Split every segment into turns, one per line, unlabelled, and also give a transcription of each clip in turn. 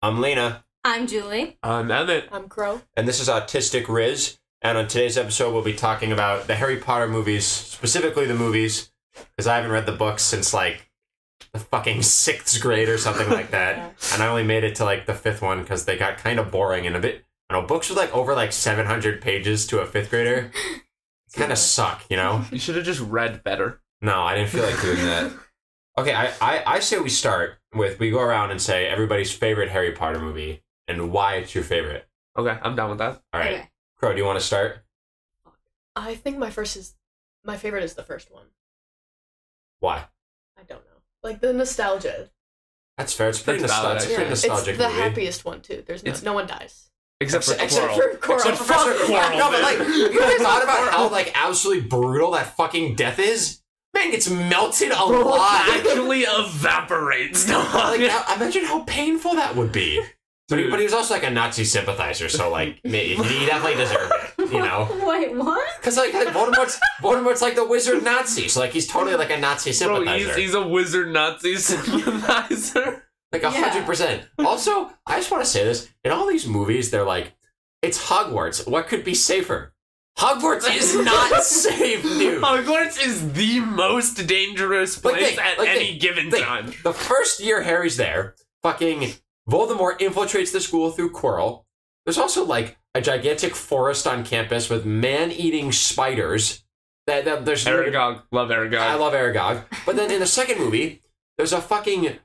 I'm Lena,
I'm Julie.
I'm Emmett.
I'm Crow.
and this is Autistic Riz. And on today's episode, we'll be talking about the Harry Potter movies, specifically the movies, because I haven't read the books since like the fucking sixth grade or something like that. And I only made it to like the fifth one because they got kind of boring and a bit. I know books with like over like 700 pages to a fifth grader kind of suck, you know?
You should have just read better.
No, I didn't feel like doing that. Okay, I, I, I say we start with we go around and say everybody's favorite Harry Potter movie and why it's your favorite.
Okay, I'm down with that.
All right.
Okay.
Crow, do you want to start?
I think my first is my favorite is the first one.
Why?
I don't know. Like the nostalgia.
That's fair. It's pretty,
That's
nostal-
valid,
it's pretty
actually.
nostalgic
it's the
movie.
happiest one too. There's no,
It's-
no one dies.
Except for
Except-
Quirrell.
Except for Quirrell.
Except Professor
Fuck.
Quirrell. No, but like, you guys thought about how
Quirrell.
like absolutely brutal that fucking death is? Man gets melted alive.
Actually evaporates. No,
like, now, imagine how painful that would be. But he,
Dude.
but he was also like a Nazi sympathizer, so like he, he definitely deserved it, you know.
Wait, what?
Because like Voldemort's Voldemort's like the wizard Nazi, so like he's totally like a Nazi
Bro,
sympathizer,
he's, he's a wizard Nazi sympathizer.
like a hundred
Yeah.
percent. Also, I just want to say this: in all these movies, they're like, it's Hogwarts. What could be safer? Hogwarts is not safe, dude.
Hogwarts is the most dangerous
Like,
place
think-
at
like,
any
think-
given
think.
time.
The first year Harry's there, fucking Voldemort infiltrates the school through Quirrell. There's also like a gigantic forest on campus with man-eating spiders. That, that there's
Aragog, love Aragog.
I love Aragog. But then in the second movie, there's a fucking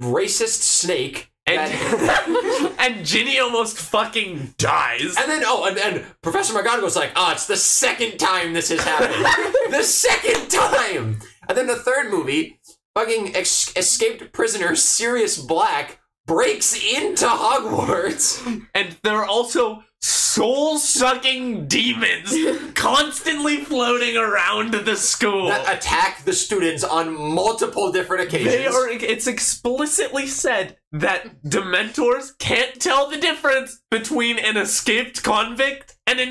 racist snake.
and
that-
and Ginny almost fucking dies.
and then, oh, and, and Professor McGonagall's like, oh, it's the second time this has happened. the second time! And then the third movie, fucking ex- escaped prisoner Sirius Black breaks into Hogwarts.
And there are also soul sucking demons constantly floating around the school.
That attack the students on multiple different occasions.
they are it's explicitly said that dementors can't tell the difference between an escaped convict and an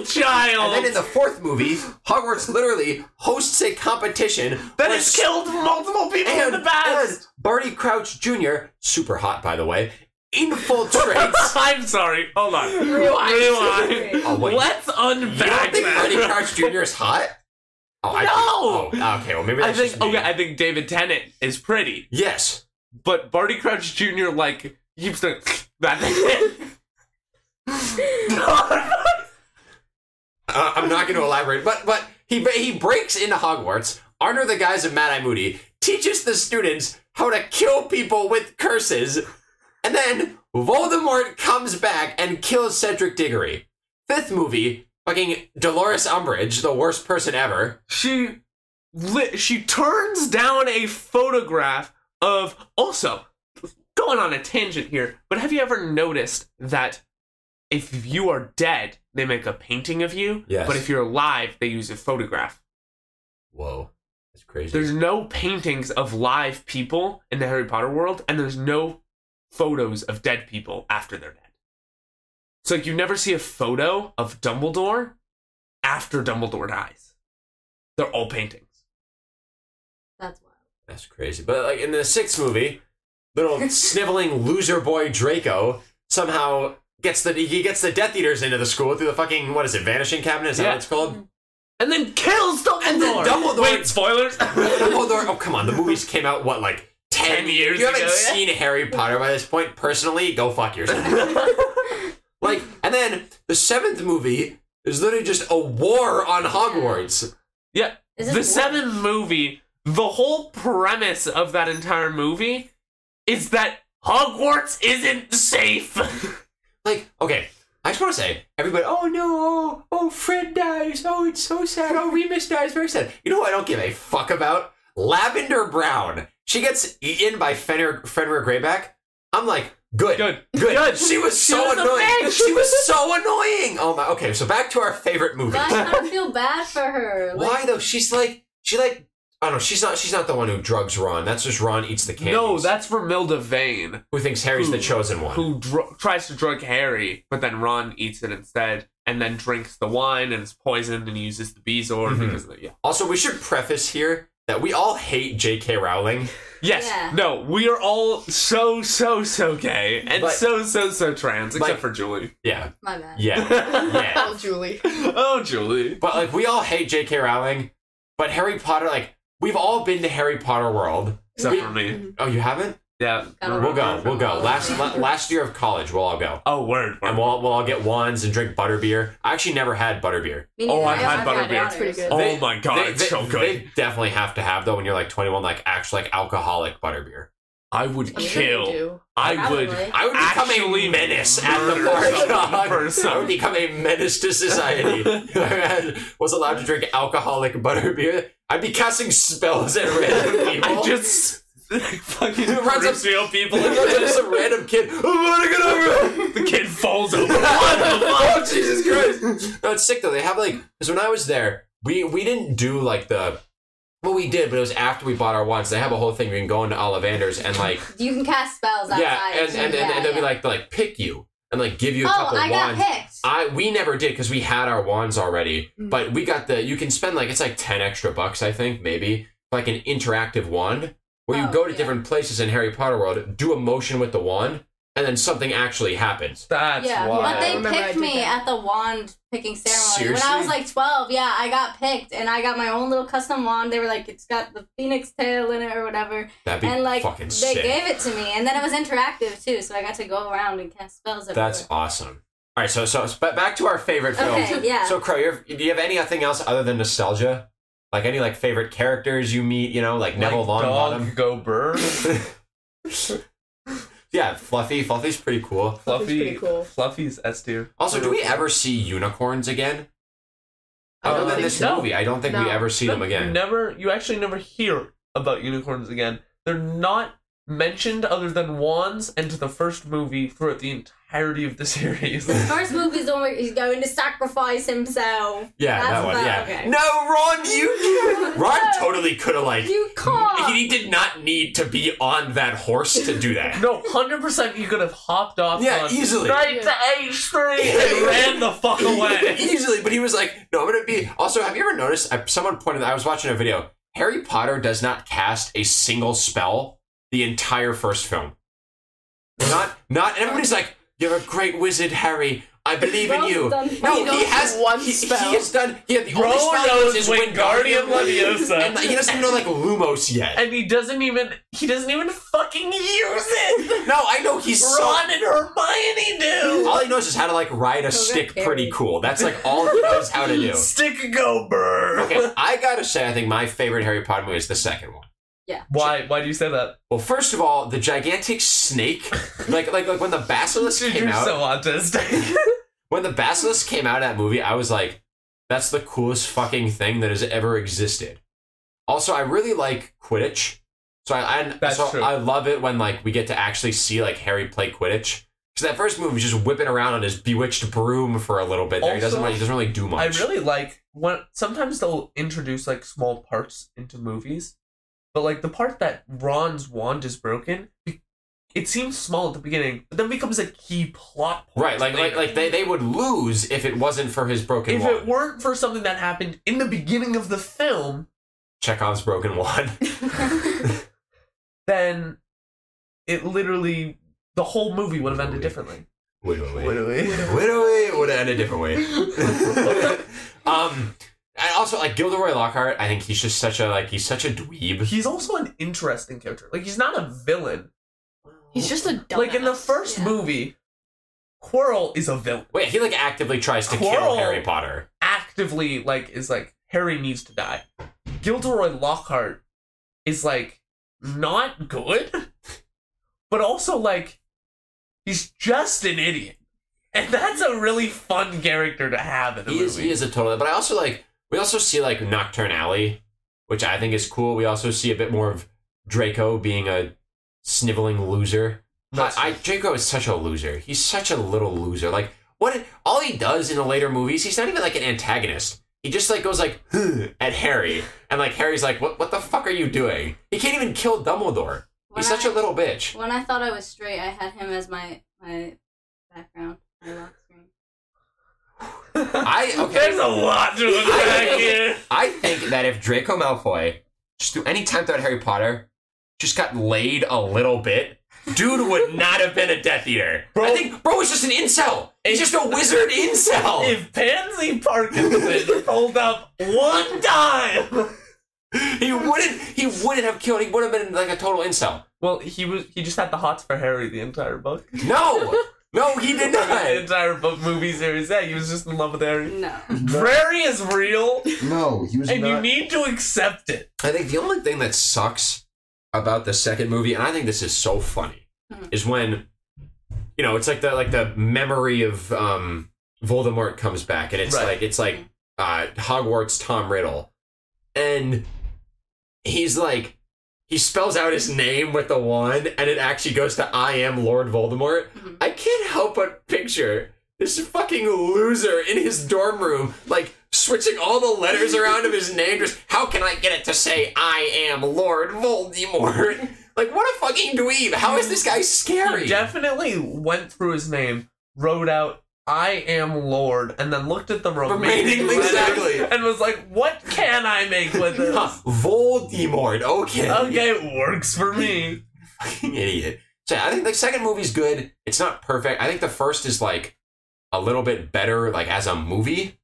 and
child
then in the fourth movie, Hogwarts literally hosts a competition
that
where
has killed multiple people in
and,
the past.
and Barty Crouch Jr., super hot by the way, infiltrates.
I'm sorry. Hold on.
Rewind.
Rewind.
Oh, wait.
Let's
you don't
unpack
think Barty
that.
Crouch Jr. is hot? Oh, I
No!
Think, oh, okay. Well, maybe
I
that's
think
just me.
okay. I think David Tennant is pretty.
yes.
but Barty Crouch Jr. like keeps doing that. thing.
Uh, I'm not going to elaborate, but but he he breaks into Hogwarts under the guise of Mad Eye Moody, teaches the students how to kill people with curses, and then Voldemort comes back and kills Cedric Diggory. Fifth movie, fucking Dolores Umbridge, the worst person ever.
she li- she turns down a photograph of also going on a tangent here, but have you ever noticed that if you are dead, they make a painting of you,
Yes.
but if you're alive, they use a photograph.
Whoa, that's crazy.
There's no paintings of live people in the Harry Potter world, and there's no photos of dead people after they're dead. So like you never see a photo of Dumbledore after Dumbledore dies. They're all paintings.
That's wild.
that's crazy. But like in the sixth movie, little sniveling loser boy Draco somehow gets the he gets the Death Eaters into the school through the fucking what is it, vanishing cabinet? Is that
Yeah.
what it's called?
And then kills Dumbledore.
And then Dumbledore-
Wait, spoilers.
Dumbledore. Oh come on, the movies came out what like ten,
10 years
You haven't
ago, yeah?
seen Harry Potter by this point. Personally, go fuck yourself. like, and then the seventh movie is literally just a war on Hogwarts.
yeah.
Is
The
this war?
seventh movie, the whole premise of that entire movie is that Hogwarts isn't safe.
Like, okay, I just want to say, everybody, oh no, oh, oh, Fred dies, oh, it's so sad, oh, Remus dies, very sad. You know what I don't give a fuck about? Lavender Brown. She gets eaten by Fenrir, Fenrir Greyback. I'm like, good,
Good.
good.
Good.
She was
She
so
was a
annoying.
bitch.
She was so annoying. Oh my, okay, so back to our favorite movie.
But I kinda feel bad for her. Like,
Why though? She's like, she like, I don't know, she's not, she's not the one who drugs Ron. That's just Ron eats the candies.
No, that's Vermilda Vane,
Who thinks Harry's the
who-
chosen one.
who dr- tries to drug Harry, but then Ron eats it instead, and then drinks the wine and is poisoned and uses the bezoar
Mhm.
because of the, yeah.
Also, we should preface here that we all hate J.K. Rowling,
Yes.
Yeah.
No, we are all so, so, so gay and
But-
so, so, so trans, except
Like-
for Julie.
yeah,
My bad.
yeah, yeah.
Oh, Julie.
oh, Julie.
But like we all hate J.K. Rowling, but Harry Potter, like we've all been to Harry Potter world.
Except for me.
Oh, you haven't?
Yeah.
Gotta
We'll go. We'll go. Last la- last year of college, we'll all go.
Oh, word.
And
word.
we'll, all- we'll all get wands and drink butterbeer. I actually never had butterbeer.
Me
Oh,
neither.
I've had
I've
butterbeer.
waters.
It's pretty good.
oh
they-
my god,
They-
it's
they-
so good.
They definitely have to have though when you're like 21, like actual like alcoholic butterbeer.
I would
I'm sure you
kill.
do.
I would.
Probably.
I would become
Actually
a menace at the
murder
bar.
someone
dog.
for
I would become a menace to society. if I had- was allowed to drink alcoholic butterbeer. I'd be casting spells at random people.
I just fucking
Who runs up-
runs real people.
Like, there's just a random kid. "I wanna get over it."
the kid falls over. What the fuck?
Oh, Jesus Christ! No, it's sick though. They have like because when I was there, we we didn't do like the well we did, but it was after we bought our wands. They have a whole thing where you can go into Ollivander's and like
You can cast spells outside.
yeah, and
too.
and, and,
Yeah,
and they'll be
yeah.
like they'll, like pick you and like give you a
oh,
couple
I got
wands.
picked.
I we never did because we had our wands already,
Mm.
but we got the you can spend like it's like ten extra bucks I think maybe like an interactive wand where you
Oh,
go to
yeah.
different places in Harry Potter world, do a motion with the wand, and then something actually happens.
That's
yeah,
wild.
but
I
they
remember I
picked
did
me
that.
at the wand picking ceremony when I was
Seriously?
like 12. Yeah, I got picked and I got my own little custom wand. They were like, it's got the phoenix tail in it or whatever,
That'd be
and like
fucking
they
sick.
gave it to me, and then it was interactive too, so I got to go around and cast spells.
That's awesome. All right, so so but back to our favorite films.
everywhere. okay. Yeah,
So Crow, you're, do you have anything else other than nostalgia? Like any like favorite characters you meet? You know, like, Neville Longbottom.
go burn.
yeah, Fluffy. Fluffy's pretty cool.
Fluffy's pretty cool.
Fluffy's S tier.
Also, do we ever see unicorns again?
I
Other
don't
than
think
this
so.
movie, I don't think we
No.
ever see
No,
them
You
again.
never. You actually never hear about unicorns again. They're not mentioned other than wands and to the first movie throughout the entirety of the series.
first movie's the one where he's going to sacrifice himself.
Yeah,
That's
that one.
about-
Yeah.
okay.
No, Ron, you. Ron
No.
totally could have like.
You can't.
He did not need to be on that horse to do that.
No, hundred percent. You could have hopped off.
Yeah,
on
easily.
Right to H three and ran the fuck away.
Easily, but he was like, "No, I'm gonna be." Also, have you ever noticed? I, someone pointed. I was watching a video. Harry Potter does not cast a single spell the entire first film. Not, not. And everybody's like, "You're a great wizard, Harry. I believe in
Ron's
you."
done
No,
fine.
he,
He
has
knows one
he,
spell.
He has done. He had the
Bro
only spell he knows is
knows Wingardium Leviosa.
and like, he doesn't even know like Lumos yet.
And he doesn't even. He doesn't even fucking use it.
No, I know he's so.
Ron and Hermione do.
All he knows is how to like ride a stick
Harry.
pretty cool. That's like all he knows how to do.
Stick go bird.
Okay, I gotta say, I think my favorite Harry Potter movie is the second one.
Why? Why do you say that?
Well, first of all, the gigantic snake, like like like when the basilisk
Dude,
came
you're
out,
so autistic.
when the basilisk came out of that movie, I was like, that's the coolest fucking thing that has ever existed. Also, I really like Quidditch, so I, I
That's
so
true.
I love it when like we get to actually see like Harry play Quidditch. Because that first movie was just whipping around on his bewitched broom for a little bit. There, he doesn't
Also,
really, he doesn't really do
I
much.
really like when sometimes they'll introduce like small parts into movies, but like the part that Ron's wand is broken, be- it seems small at the beginning, but then becomes a key plot point.
right, like like
later.
like they, they would lose if it wasn't for his broken
if
wand.
it weren't for something that happened in the beginning of the film,
Chekhov's broken wand.
then it literally the whole movie would have ended differently.
Widowy. Widowy. Widowy would end a different way. um, and also like Gilderoy Lockhart, I think he's just such a like he's such a dweeb.
He's also an interesting character. Like he's not a villain.
He's just a dumbass.
like in the first
yeah.
movie, Quirrell is a villain.
Wait, he like actively tries to kill
Quirrell.
Harry Potter.
actively like is like Harry needs to die. Gilderoy Lockhart is like not good, but also like he's just an idiot, and that's a really fun character to have in a
He is
movie.
he is a total. But I also like we also see like Nocturne Alley, which I think is cool. We also see a bit more of Draco being a sniveling loser. I,
That's
I Draco is such a loser. He's such a little loser. Like what? All he does in the later movies, he's not even like an antagonist. He just like goes like "Huh," at Harry, and like Harry's like, "What? What the fuck are you doing?" He can't even kill Dumbledore.
When
He's such
I-
a little bitch.
When I thought I was straight, I had him as my my background. My lock screen.
I okay.
There's a lot to unpack here.
I think that if Draco Malfoy just through any time throughout Harry Potter, just got laid a little bit, dude would not have been a Death Eater. I think bro was just an incel. He's just a wizard incel.
If Pansy Parkinson pulled up one time,
He wouldn't. He wouldn't have killed. He would have been like a total incel.
well, he was he just had the hots for Harry the entire book,
No, no, he did
the
not.
entire book movie series. Yeah, he was just in love with Harry.
No.
Prairie is real,
No, he was
and you
not.
need to accept it.
I think the only thing that sucks about the second movie, and I think this is so funny, is when you know it's like the like the memory of um Voldemort comes back, and it's
Right.
like it's like uh Hogwarts Tom Riddle, and he's like he spells out his name with the wand, and it actually goes to I am Lord Voldemort. I can't help but picture this fucking loser in his dorm room, like switching all the letters around of his name. Just how can I get it to say I am Lord Voldemort? Like what a fucking dweeb! How is this guy scary?
He definitely went through his name, wrote out "I am Lord," and then looked at the remaining
Remaining,
letters
exactly.
and was like, "What can I make with
Huh,
this?"
Voldemort. Okay.
okay, it works for me.
Fucking idiot. So yeah, I think the second movie's good. It's not perfect. I think the first is like a little bit better, like as a movie.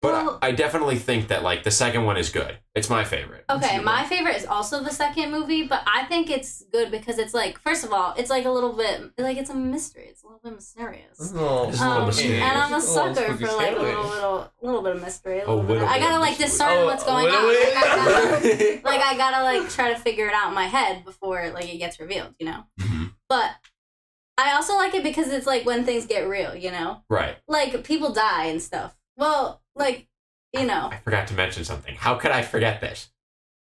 But I-
Well-
I, definitely think that like the second one is good. It's my favorite.
Okay, my favorite is also the second movie, but I think it's good because it's like, first of all, it's like a little bit, like it's a mystery. It's a little bit mysterious.
Oh,
It's a little
Um,
mysterious.
and I'm a
It's a little
sucker for
spooky
like a
scary.
little, little, little bit of mystery. A
Oh,
little bit of,
little
I
bit
gotta
of
like
mystery.
discern
Oh,
what's going
little
on. Like,
bit.
I gotta- like I gotta like try to figure it out in my head before like it gets revealed, you know.
Mhm.
But I also like it because it's like when things get real, you know.
Right.
Like people die and stuff. Well, like you know,
I forgot to mention something. How could I forget this?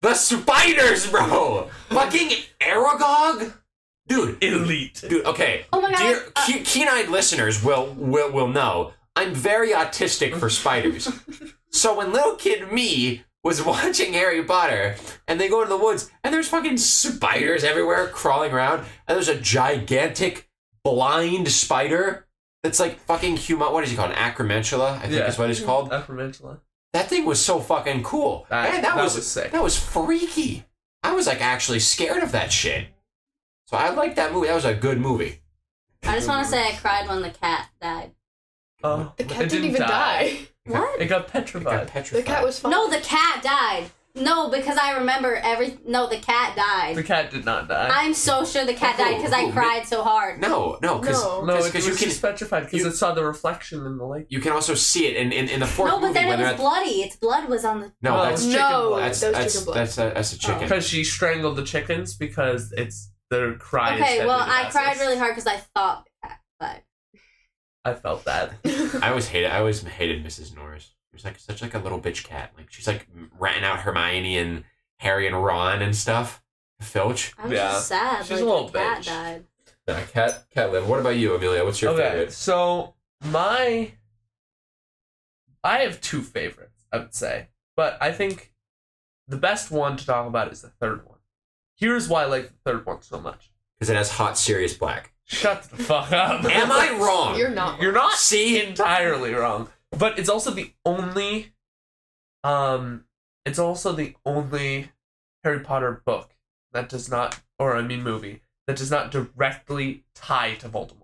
The spiders, bro! Fucking Aragog? Dude,
elite.
dude, okay.
Oh my God,
Dear
uh-
ke- keen-eyed listeners will will will know I'm very autistic for spiders. so when little kid me was watching Harry Potter and they go into the woods and there's fucking spiders everywhere crawling around and there's a gigantic blind spider that's like fucking human what is he called? An acromantula, I think
Yeah.
is what it's called.
Acromantula.
That thing was so fucking cool.
That-
Man,
that was sick.
That was freaky. I was like actually scared of that shit. So I liked that movie. That was a good movie.
I just want to say I cried when the cat died.
Oh,
The
it
cat didn't even die.
What?
It got
It got
petrified.
The
petrified.
cat was fine.
No, the cat died. No, because I remember every. No, the cat
The
died.
cat did not die.
I'm so sure the cat died because
Who?
I
Who?
cried so hard.
no, no, because
No.
no, it
'cause
was
you can
just petrified because
you-
it saw the reflection in the lake.
you can also see it in, in, in the fourth
No, but
movie
then
when
it
they're
was
at,
bloody. Its blood was on the.
no,
Oh,
that's
chicken
No,
blood.
that's
that was
that's
chicken blood.
that's a, that's a chicken.
Because she strangled the chickens because it's their cry. is
Okay,
deadly
well,
to
I cried
basilisk.
really hard because I thought the cat died.
I felt that.
I always hated I always hated Mrs. Norris. She was like such like a little bitch cat. Like she's like ratting out Hermione and Harry and Ron and stuff. Filch.
I was
Yeah.
just sad.
She's
like,
a little
the cat
bitch.
died.
Nah, cat cat live. What about you, Amelia? What's your
okay,
favorite?
so my, I have two favorites. I would say, but I think the best one to talk about is the third one. Here's why I like the third one so much.
Because it has hot serious black.
Shut the fuck up.
Am I wrong?
You're not.
You're not
See?
entirely wrong. But it's also the only um it's also the only Harry Potter book that does not or I mean movie that does not directly tie to Voldemort.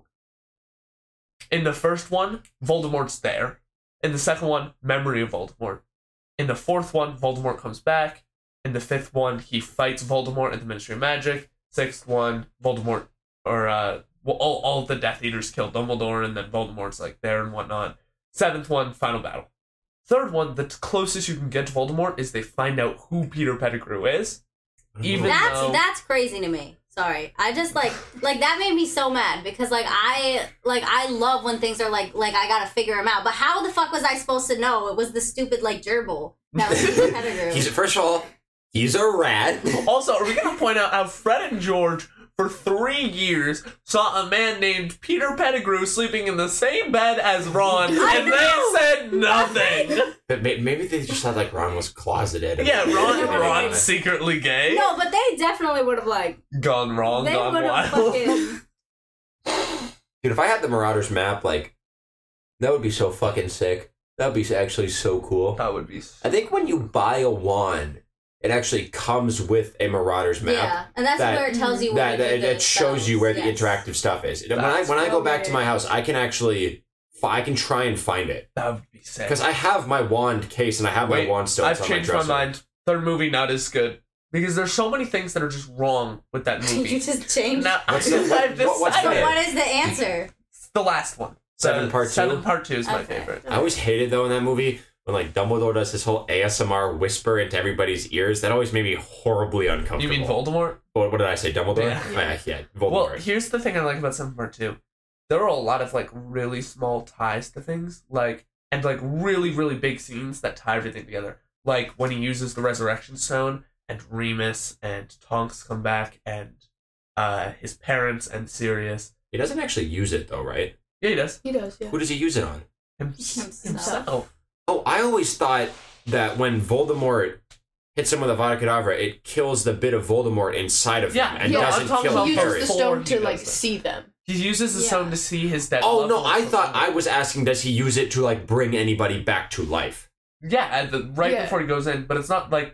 In the first one, Voldemort's there. In the second one, memory of Voldemort. In the fourth one, Voldemort comes back. In the fifth one, he fights Voldemort at the Ministry of Magic. Sixth one, Voldemort or uh, well, all all of the Death Eaters kill Dumbledore, and then Voldemort's like there and whatnot. Seventh one, final battle. Third one, the t- closest you can get to Voldemort is they find out who Peter Pettigrew is. Even
That's
though,
that's crazy to me. Sorry, I just like like that made me so mad because like I like I love when things are like like I gotta figure them out. But how the fuck was I supposed to know? It was the stupid like gerbil that was the competitor.
He's first of all, he's a rat.
Also, are we going to point out how Fred and George, for three years, saw a man named Peter Pettigrew sleeping in the same bed as Ron,
I
and
know!
they said nothing.
But may- maybe they just thought like Ron was closeted.
yeah, Ron,
Maybe
Ron's
they-
secretly gay.
no, but they definitely would have like
Gone wrong,
they
gone
would have
wild.
fucking.
Dude, if I had the Marauders map, like that would be so fucking sick. That would be actually so cool.
That would be.
I think when you buy a wand, it actually comes with a Marauder's map.
Yeah, and that's
that-
where it tells you where
that, that,
the
that shows you where the
spells- yes.
interactive stuff is. When I
That's
when I go
so
back to my
weird.
house, I can actually fi- I can try and find it
That would be sick.
because I have my wand case and I have
Wait,
my wand still. It's
I've
on my
changed my
dresser.
mind. Third movie not as good because there's so many things that are just wrong with that
you
movie.
just changed.
now
What's the-
I've
what-
decided.
what- what's the-
so
I did.
what is the answer?
It's the last one.
Seven
The
Part Two?
Seven Part Two is my
Okay.
favorite.
I always hated though in that movie when like Dumbledore does his whole ASMR whisper into everybody's ears. That always made me horribly uncomfortable.
You mean Voldemort?
What, what did I say? Dumbledore?
Yeah.
Oh, yeah, yeah,
Well,
Voldemort.
here's the thing I like about Seven Part Two. There are a lot of like really small ties to things, like and like really really big scenes that tie everything together. Like when he uses the Resurrection Stone and Remus and Tonks come back and uh, his parents and Sirius.
he doesn't actually use it though, right?
Yeah, he does
He does, yeah.
Who does he use it on?
Him-
Himself.
himself.
Oh, I always thought that when Voldemort hits him with a Avada Kedavra, it kills the bit of Voldemort inside of
Yeah,
him and
yeah, I'm
doesn't
talking
kill
about
He
Harry.
uses
Harry.
the
Before
stone
he
to like
does that.
see them.
He uses the
Yeah.
stone to see his dead.
Oh
loved
no,
ones
I thought I
before-
was asking does he use it to like bring anybody back to life?
Yeah, at the, right
Yeah.
before he goes in, but it's not like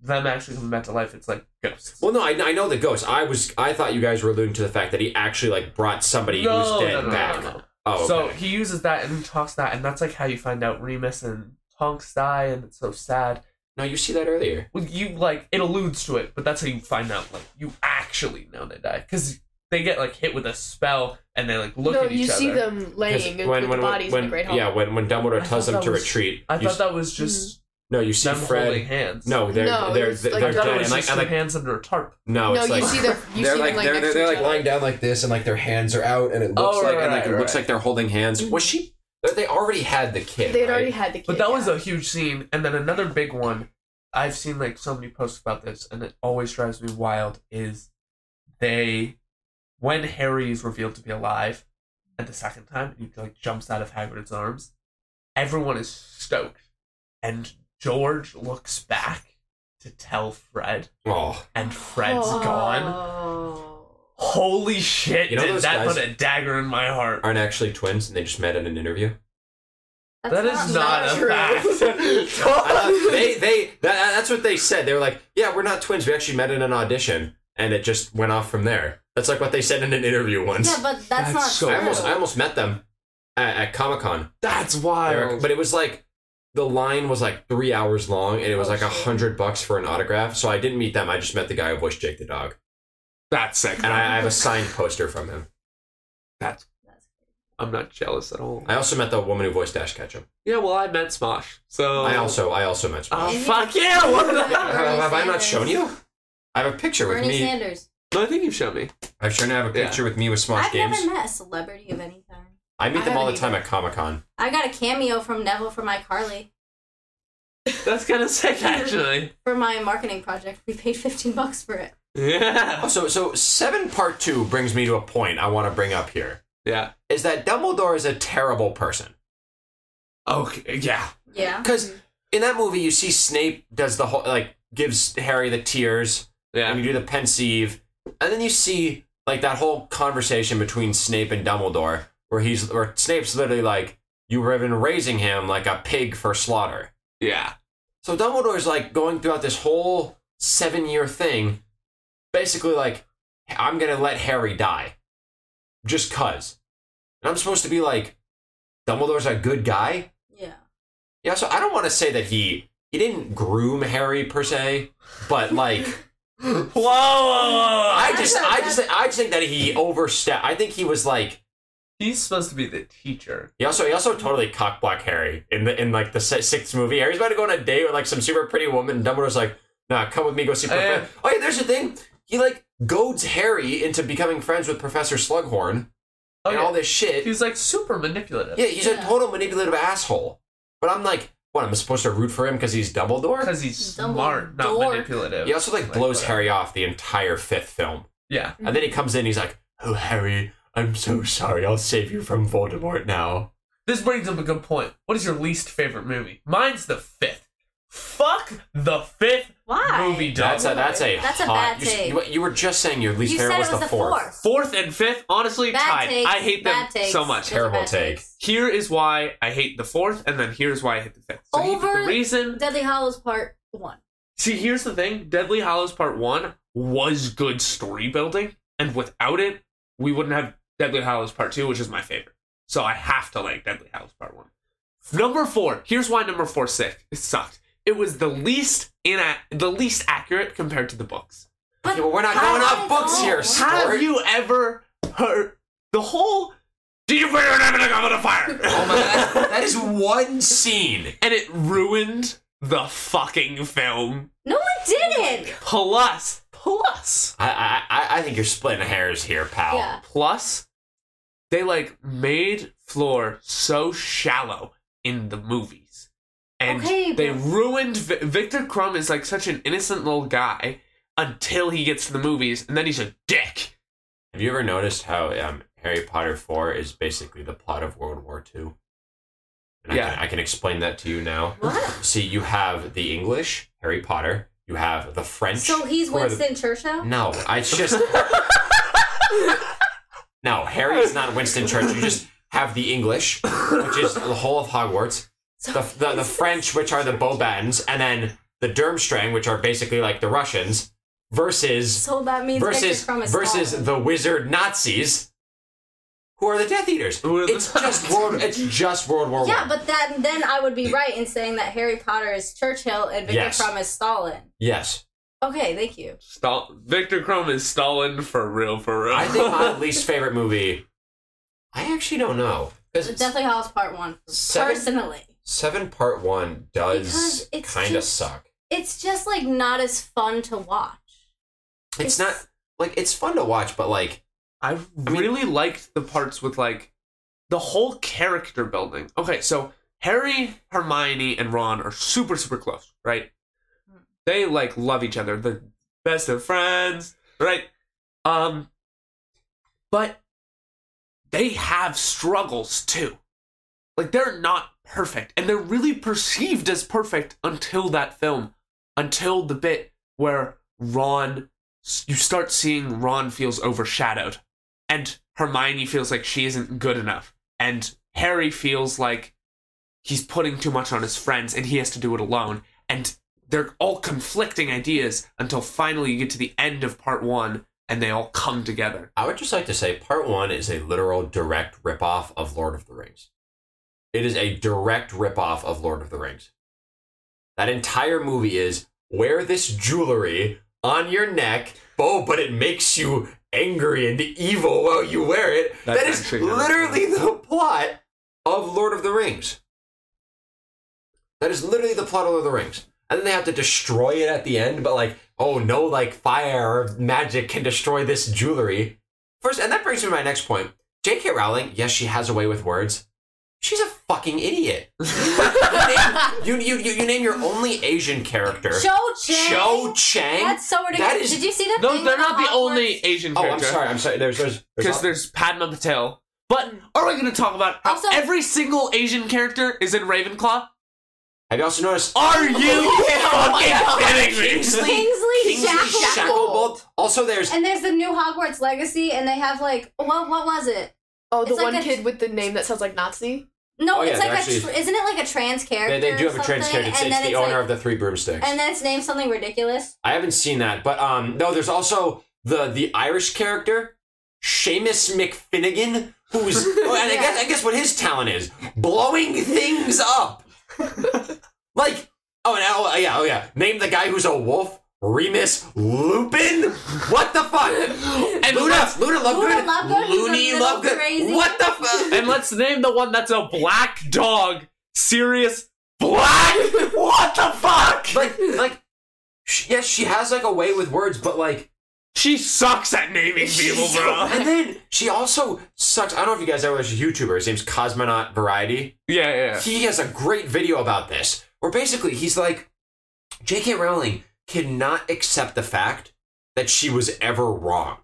them actually coming back to life. It's like ghosts.
Well no, I, I know the ghost. I was I thought you guys were alluding to the fact that he actually like brought somebody who was dead back. Oh
So
okay.
he uses that and talks that, and that's like how you find out Remus and Tonks die, and it's so sad.
No, you see that earlier.
Well, You like it alludes to it, but that's how you find out. Like you actually know they die because they get like hit with a spell, and they like look
no,
at each
you
other.
see them
'Cause
laying with the bodies in the Great Hall.
yeah, when when Dumbledore
I
tells
thought
them
that
to
was-
retreat,
I
you
thought
s-
that was just
no, you see
them holding
Fred.
hands.
No, they're
No,
they're
it's
they're,
like-
I
they're
thought
dead,
it was
and like,
just
and
two
like
hands under a tarp.
no,
No,
it's
you
like
see them. You
they're
see
like
them like
they're,
next
they're,
to
they're
each
like
other.
lying down like this, and like their hands are out, and it looks
Oh,
like
right,
and like it
right,
looks
right.
like they're holding hands.
Was she? They already had the kid.
They'd
right?
already had the kid.
But that was
yeah.
a huge scene, and then another big one. I've seen like so many posts about this, and it always drives me wild. Is they when Harry is revealed to be alive, and the second time he like jumps out of Hagrid's arms, everyone is stoked, and George looks back to tell Fred,
Oh,
and Fred's
Oh.
gone.
Oh.
Holy shit!
You know
did
those
that
guys-
put a dagger in my heart?
aren't actually twins, and they just met in an interview.
That's
That is not,
not
a
true.
fact.
they they that, that's what they said. They were like, yeah, we're not twins. We actually met in an audition, and it just went off from there. That's like what they said in an interview once.
Yeah, but that's,
That's
not
so
true.
I almost I almost met them at, at Comic Con,
That's wild.
but it was like. The line was like three hours long, and it
Oh,
was like a hundred bucks for an autograph. So I didn't meet them. I just met the guy who voiced Jake the dog,
That's sick.
and I, I have a signed poster from him.
That's. I'm not jealous at all.
I also met the woman who voiced Dash Ketchum.
Yeah, well, I met Smosh, so
I also I also met.
Oh
Maybe-
fuck yeah! What the hell?
Have, have I not shown you? I have a picture with
Bernie
me.
Sanders.
No, I think you've shown me.
I've shown I have a
Yeah.
picture with me with Smosh
I've
Games.
never met a celebrity of any kind.
I meet
I
them all the
haven't
time at Comic Con.
I got a cameo from Neville from iCarly
That's kind of sick, actually.
for my marketing project. We paid fifteen bucks for it.
Yeah.
Oh, So so seven part two brings me to a point I want to bring up here
Yeah.
is that Dumbledore is a terrible person
Okay. Yeah.
Yeah.
because in that movie you see Snape does the whole like gives Harry the tears and
Yeah.
you do the pensive, and then you see like that whole conversation between Snape and Dumbledore, where he's where Snape's literally like, "You were even raising him like a pig for slaughter."
Yeah.
So Dumbledore's like going throughout this whole seven year thing, basically like, "I'm gonna let Harry die, just cause," and I'm supposed to be like, "Dumbledore's a good guy."
Yeah.
Yeah, so I don't want to say that he he didn't groom Harry per se, but like.
Whoa! whoa, whoa.
I
That's
just,
a-
I just, I just think that he overstepped. I think he was like,
He's supposed to be the teacher.
he also, he also totally cockblock Harry in the in like the se- sixth movie. Harry's about to go on a date with like some super pretty woman, and Dumbledore's like, Nah, come with me, go see
Yeah.
Professor. Oh yeah, there's the thing. He like goads Harry into becoming friends with Professor Slughorn
Oh,
and
yeah.
all this shit.
He's like super manipulative.
yeah, he's a
Yeah.
total manipulative asshole. But I'm like, what? I'm supposed to root for him because he's Dumbledore?
Because he's smart, not
Dumbledore.
manipulative.
He also like blows
whatever.
Harry off the entire fifth film.
Yeah.
And then he comes in, he's like, Oh, Harry, I'm so sorry. I'll save you from Voldemort now.
This brings up a good point. What is your least favorite movie? Mine's the fifth. Fuck the fifth
Why?
movie. Done.
That's a, that's a,
That's a
hot-
bad
you s-
take.
You, you were just saying your least
you
favorite
said
was,
it was
the
fourth.
fourth.
Fourth and fifth, honestly,
Bad
tied.
takes.
I hate them
bad takes.
so much.
Those are
Terrible
bad
take.
takes.
Here is why I hate the fourth, and then here's why I hate the fifth. So he-
Over-
the reason
Deadly Hollows Part One.
See, here's the thing Deadly Hollows Part 1 was good story building, and without it, we wouldn't have Deadly Hollows Part 2, which is my favorite. So I have to like Deadly Hollows Part 1. Number 4. Here's why number 4 sick. It sucked. It was the least ina- the least accurate compared to the books.
But
Yeah, but we're not
how
going
did
off
it
books
go?
here.
Have
Sorry.
you ever heard the whole Did you put your name in a goblet of fire?
Oh my god, that is one scene.
and it ruined the fucking film.
No one did it.
Plus, plus,
I- I I I think you're splitting hairs here, pal.
Yeah.
plus, they like made Floor so shallow in the movies, and
Okay,
they
but-
ruined Vi- Victor Crumb is like such an innocent little guy until he gets to the movies, and then he's a dick.
Have you ever noticed how um, Harry Potter 4 is basically the plot of World War II? And I
Yeah.
can, I can explain that to you now.
What?
See, you have the English, Harry Potter. You have the French.
So he's
who are the-
Winston Churchill.
No, I it's just. no, Harry's not Winston Churchill. You just have the English, which is the whole of Hogwarts, the, the, the French, which are the Bobans, and then the Durmstrang, which are basically like the Russians, versus
So that means
versus
Victor Crumb is
versus
fallen.
the wizard Nazis, who are the Death Eaters.
Who are the
It's just world. It's just World War
Yeah,
One.
but that then I would be right in saying that Harry Potter is Churchill and Victor
Yes.
Crumb is Stalin.
yes,
Okay, thank you.
Stal- Victor Crumb is Stalin for real, for real.
I think my least favorite movie. I actually don't know
The
because
Deathly Hallows Part One,
Seven-
personally,
Seven Part One does
Because it's
kind of
just-
suck.
it's just like not as fun to watch.
It's not like it's fun to watch, but like
I
mean-
really liked the parts with like the whole character building. Okay, so Harry, Hermione, and Ron are super, super close, right? They like love each other. They're best of friends, right? Um, but they have struggles too. Like they're not perfect, and they're really perceived as perfect until that film, until the bit where Ron, you start seeing Ron feels overshadowed, and Hermione feels like she isn't good enough, and Harry feels like he's putting too much on his friends, and he has to do it alone, and they're all conflicting ideas until finally you get to the end of part one and they all come together.
I would just like to say part one is a literal direct ripoff of Lord of the Rings. It is a direct ripoff of Lord of the Rings. That entire movie is wear this jewelry on your neck, oh, but it makes you angry and evil while you wear it.
That's
That's
actually not
literally the plot of Lord of the Rings. That is literally the plot of Lord of the Rings. And then they have to destroy it at the end, but like, oh no, like fire or magic can destroy this jewelry. First, and that brings me to my next point. J.K. Rowling, yes, she has a way with words. She's a fucking idiot. you, you, you, you name your only Asian character
Cho Chang.
Cho Chang.
That's so ridiculous.
That is-
Did you see the
No,
thing
they're
with
not the
Hogwarts?
only Asian
oh, I'm
character.
sorry. I'm sorry. There's there's
Because there's Padma Patel. But are we going to talk about how
Mm. Also-
every single Asian character is in Ravenclaw?
Have you also noticed?
Oh,
Are you fucking kidding me?
Kingsley,
Kingsley, Jackal.
Shacklebolt. Also, there's
And there's the new Hogwarts Legacy, and they have like what? What was it?
Oh, the
It's like
one
a-
kid with the name that sounds like Nazi.
No,
Oh, yeah,
it's
they're
like
actually-
a tr- isn't it like a trans
they,
character?
they do
or
have a trans
something?
character. It's,
and
it's
then
the owner
like-
of the Three Broomsticks.
And then it's named something ridiculous.
I haven't seen that, but um, no, there's also the the Irish character, Seamus McFinnigan, who's oh, and I
Yeah.
guess I guess what his talent is blowing things up. like oh, and, oh yeah oh yeah, name the guy who's a wolf. Remus Lupin? What the fuck? And Luna, Luna Lovegood?
Luna Lovegood, he's a
Looney
little
Lovegood?
crazy.
What the fuck?
And let's name the one that's a black dog. Serious black? What the fuck?
like, like, sh- yes, she has like a way with words, but like,
She sucks at naming people,
She's so-
bro.
And then she also sucks. I don't know if you guys ever watched a YouTuber. His name's Cosmonaut Variety.
Yeah, yeah.
He has a great video about this, where basically he's like, J.K. Rowling cannot accept the fact that she was ever wrong.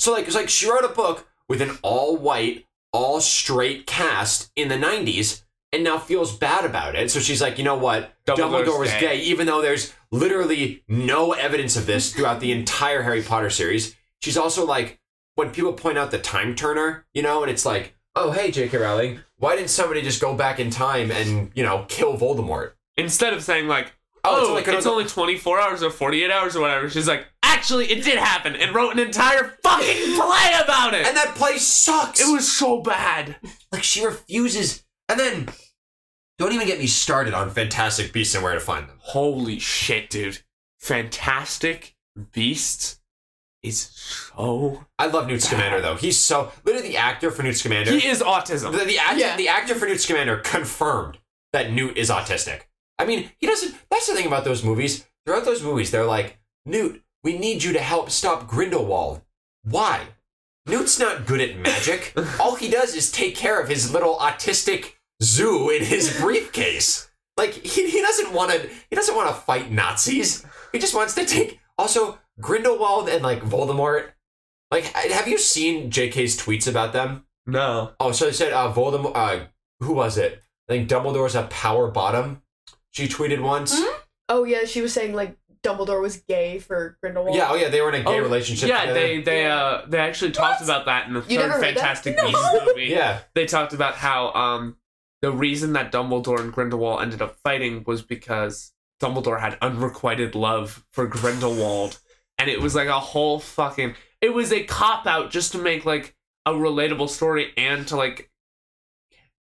So like, it's like she wrote a book with an all-white, all-straight cast in the '90s, and now feels bad about it. So she's like, you know what?
Dumbledore's
Dumbledore was
gay.
gay gay, even though there's literally no evidence of this throughout the entire Harry Potter series. She's also like, when people point out the time turner, you know, and it's like, oh, hey, J.K. Rowling, why didn't somebody just go back in time and, you know, kill Voldemort?
Instead of saying like, oh,
only-
it's, only 24 hours or 48 hours or whatever. She's like, actually, it did happen, and wrote an entire fucking play about it.
and that play sucks.
it was so bad.
like she refuses, and then don't even get me started on Fantastic Beasts and Where to Find Them.
Holy shit, dude. Fantastic Beasts is so.
I love Newt Scamander though. He's so literally the actor for Newt Scamander.
He is autism.
The, the, actor,
Yeah.
the actor for Newt Scamander confirmed that Newt is autistic. I mean, he doesn't. That's the thing about those movies. Throughout those movies, they're like, Newt, we need you to help stop Grindelwald. Why? Newt's not good at magic. All he does is take care of his little autistic zoo in his briefcase. Like he, he doesn't want to. He doesn't want to fight Nazis. He just wants to take. Also, Grindelwald and like Voldemort. Like, have you seen J.K.'s tweets about them?
no.
Oh, so they said uh, Voldemort. Uh, who was it? I think Dumbledore's a power bottom. She tweeted once.
Hmm?
Oh yeah, she was saying like Dumbledore was gay for Grindelwald.
Yeah, oh yeah, they were in a gay
Oh,
relationship.
Yeah,
together.
they they uh they actually talked about that in the
You
third
never heard that?
Fantastic
No.
Beasts movie.
Yeah,
They talked about how um the reason that Dumbledore and Grindelwald ended up fighting was because Dumbledore had unrequited love for Grindelwald, and it was like a whole fucking it was a cop out just to make like a relatable story and to like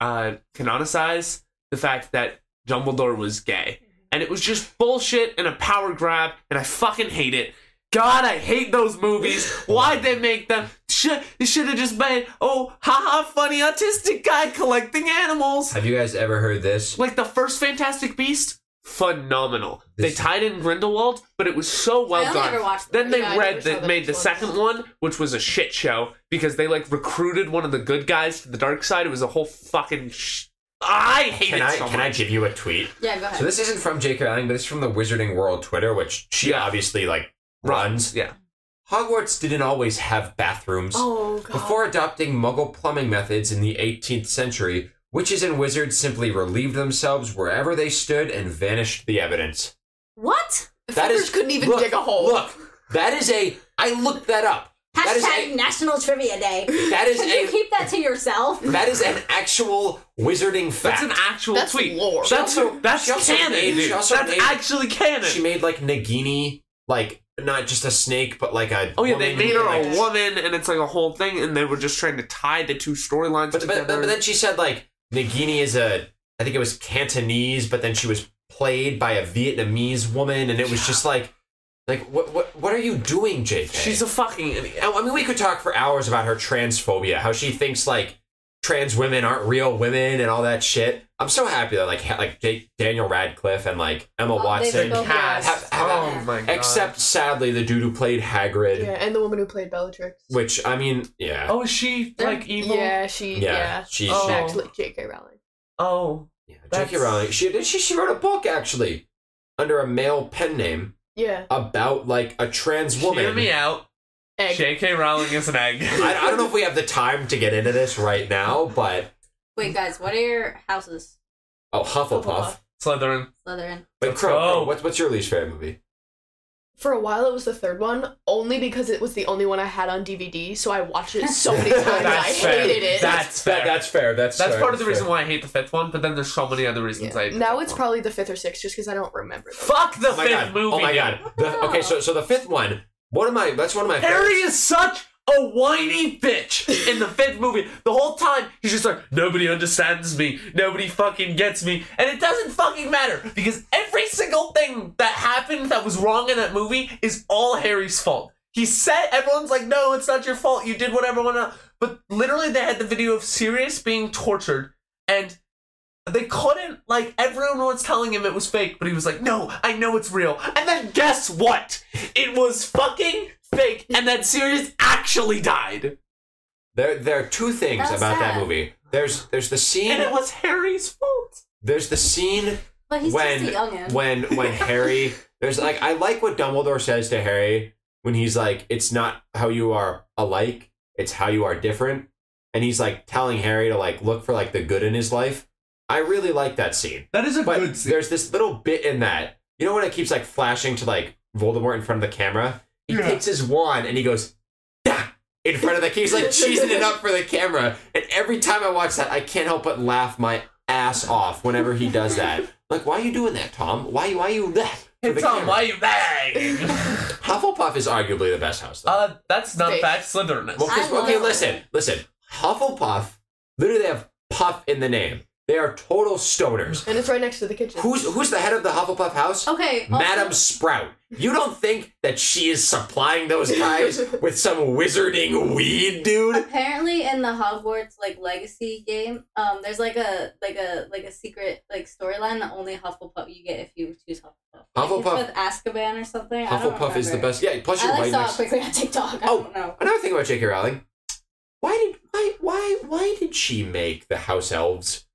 uh canonicize the fact that Dumbledore was gay. And it was just bullshit and a power grab, and I fucking hate it. God, I hate those movies. Why'd they make them? Should they should have just made oh haha funny autistic guy collecting animals.
Have you guys ever heard this?
Like the first Fantastic Beast, phenomenal.
This-
they tied in Grindelwald, but it was so well
I only
done.
ever watched
Then they
Yeah, I never
read
saw
that
that
made the
before.
second one, which was a shit show because they like recruited one of the good guys to the dark side. It was a whole fucking. Sh- I hate
Can
it
I
so
can I
much.
give you a tweet?
Yeah, go ahead.
So this isn't from J.K. Rowling, but it's from the Wizarding World Twitter, which she
Yeah.
obviously like runs.
Yeah.
Hogwarts didn't always have bathrooms.
Oh god.
Before adopting Muggle plumbing methods in the 18th century, witches and wizards simply relieved themselves wherever they stood and vanished the evidence.
what?
That is
Fuckers couldn't even
look,
dig a hole.
Look, that is a. I looked that up. That is
Hashtag
a.
National Trivia Day.
That is
Could you
a.
keep that to yourself?
That is an actual wizarding fact.
That's an actual
That's
tweet.
lore.
That's
She
also-
that's
she also
canon.
made- she
dude.
also
that's
made-
actually canon.
she made like Nagini, like not just a snake, but like a.
Oh yeah,
woman,
they made her
like,
a woman, and it's like a whole thing, and they were just trying to tie the two storylines
But,
together.
but, but then she said like Nagini is a. I think it was Cantonese, but then she was played by a Vietnamese woman, and it was just like, like what what what are you doing, JK?
She's a fucking idiot.
I I mean, we could talk for hours about her transphobia, how she thinks like trans women aren't real women and all that shit. I'm so happy that like ha- like Jake, Daniel Radcliffe and like Emma
they
Watson,
both-
cast.
Have- have-
oh my god.
except sadly the dude who played Hagrid,
Yeah, and the woman who played Bellatrix.
which I mean, yeah,
oh, is she like evil?
Yeah, she.
Yeah,
Yeah.
she-
She's
Oh.
actually J.K. Rowling.
Oh,
yeah
that's-
Jackie Rowling. She did she she wrote a book actually under a male pen name
Yeah.
about like a trans woman.
hear me out.
Egg.
J.K. Rowling is an egg.
I, I don't know if we have the time to get into this right now, but
Wait, guys, what are your houses?
oh, Hufflepuff.
Hufflepuff.
Slytherin.
Slytherin.
But Crow, Crow,
go.
what's what's your least favorite movie?
For a while, it was the third one, only because it was the only one I had on DVD, so I watched it so many times. I
That's fair.
hated it.
That's fair.
That- that's fair. That's
That's
fair,
part of the
fair.
reason why I hate the fifth one, but then there's so many other reasons
Yeah.
I hate the
Now
fifth
it's
one.
probably the fifth or sixth, just because I don't remember. Them.
Fuck the
Oh my
fifth
god!
movie.
Oh my
dude.
god! The- okay, so so the fifth one. One of my that's one of my
Harry
favorites.
is such a whiny bitch in the fifth movie. The whole time he's just like, nobody understands me, nobody fucking gets me, and it doesn't fucking matter because every single thing that happened that was wrong in that movie is all Harry's fault. He said everyone's like, no, it's not your fault. You did what everyone else. But literally, they had the video of Sirius being tortured, and they couldn't like everyone was telling him it was fake but he was like no i know it's real and then guess what it was fucking fake and then sirius actually died
There there are two things
That's
about that
sad.
movie. There's there's the
and it
scene
was harry's fault
there's the scene
But he's
when
just a youngin.
when when Harry there's like I like what Dumbledore says to Harry when he's like it's not how you are alike, it's how you are different, and he's like telling Harry to like look for like the good in his life. I really like that scene.
That is a
But
good scene.
there's this little bit in that. You know when it keeps like flashing to like Voldemort in front of the camera? He
Yeah.
takes his wand and he goes, "Dah!" in front of the He's like cheesing it up for the camera. And every time I watch that, I can't help but laugh my ass off whenever he does that. Like, why are you doing that, Tom? Why why are you that?
Hey, Tom, why you bang?
Hufflepuff is arguably the best house. Though.
uh, that's not
Wait.
fact. Slytherin
Well,
is.
'cause-
I love
okay,
it.
listen, listen. Hufflepuff, literally, they have puff in the name. They are total stoners.
And it's right next to the kitchen.
Who's who's the head of the Hufflepuff house?
Okay. also-
Madam Sprout. You don't think that she is supplying those guys with some wizarding weed, dude?
Apparently, in the Hogwarts like legacy game, um, there's like a like a like a secret like storyline that only Hufflepuff you get if you choose Hufflepuff. Like, it's
Hufflepuff-
with Azkaban or something. I don't
Hufflepuff is the
remember.
best. Yeah, plus you're
I like
right
saw
next.
it quickly on TikTok. I
Oh.
don't know.
Another thing about J.K. Rowling. Why did why why why did she make the house elves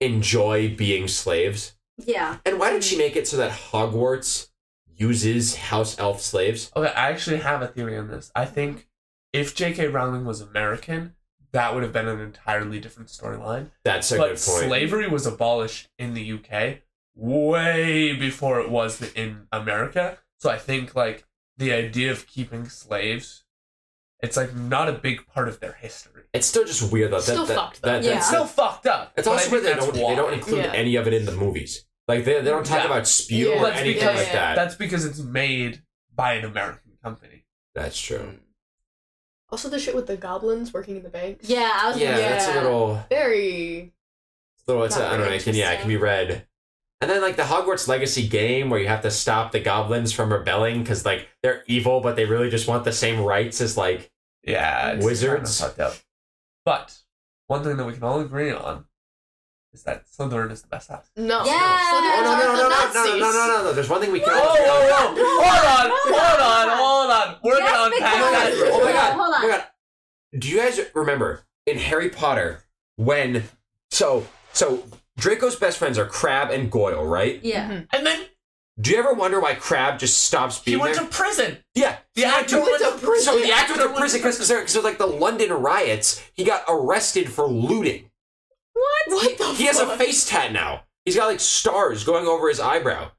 enjoy being slaves?
Yeah.
And why did
Hmm.
she make it so that Hogwarts uses house elf slaves?
Okay, I actually have a theory on this. I think if J.K. Rowling was American, that would have been an entirely different storyline.
That's a
But
good point.
slavery was abolished in the UK way before it was in America. So I think like the idea of keeping slaves, it's like not a big part of their history.
it's still just weird though. That,
Still
that,
fucked,
that-
though.
that's
It's still fucked up.
It's
but I
also where
think
they
that's
don't they don't
why.
include
Yeah.
any of it in the movies. Like they, they don't talk
Yeah.
about spew
Yeah.
or
That's
anything
because-
like that.
That's because it's made by an American company.
That's true.
Also, the shit with the goblins working in the banks.
Yeah. I was.
Yeah,
gonna- uh,
that's a little
Very.
little. It's a,
Not
I don't know.
very
It can, yeah, it can be read. And then like the Hogwarts Legacy game where you have to stop the goblins from rebelling because like they're evil, but they really just want the same rights as like
Yeah, it's
Wizards.
kinda fucked up. But one thing that we can all agree on is that Slytherin is the best house.
Yeah.
No. So
Oh
there's
no no no no
also
no
Nazis.
no no no no no! There's one thing we can.
Whoa, whoa, whoa! Hold on, hold on, hold on. We're
Just
gonna
Oh my
unpack
god!
that.
Oh my god!
Hold on.
Oh my god! Do you guys remember in Harry Potter when so so Draco's best friends are Crab and Goyle, right?
Yeah.
And then
Do you ever wonder why Crab just stops
he
being
went
there?
to prison.
yeah,
The actor went to prison.
So the actor went to prison because because of like the London riots, he got arrested for looting.
What?
What the? He has a face tat now. He's got like stars going over his eyebrow.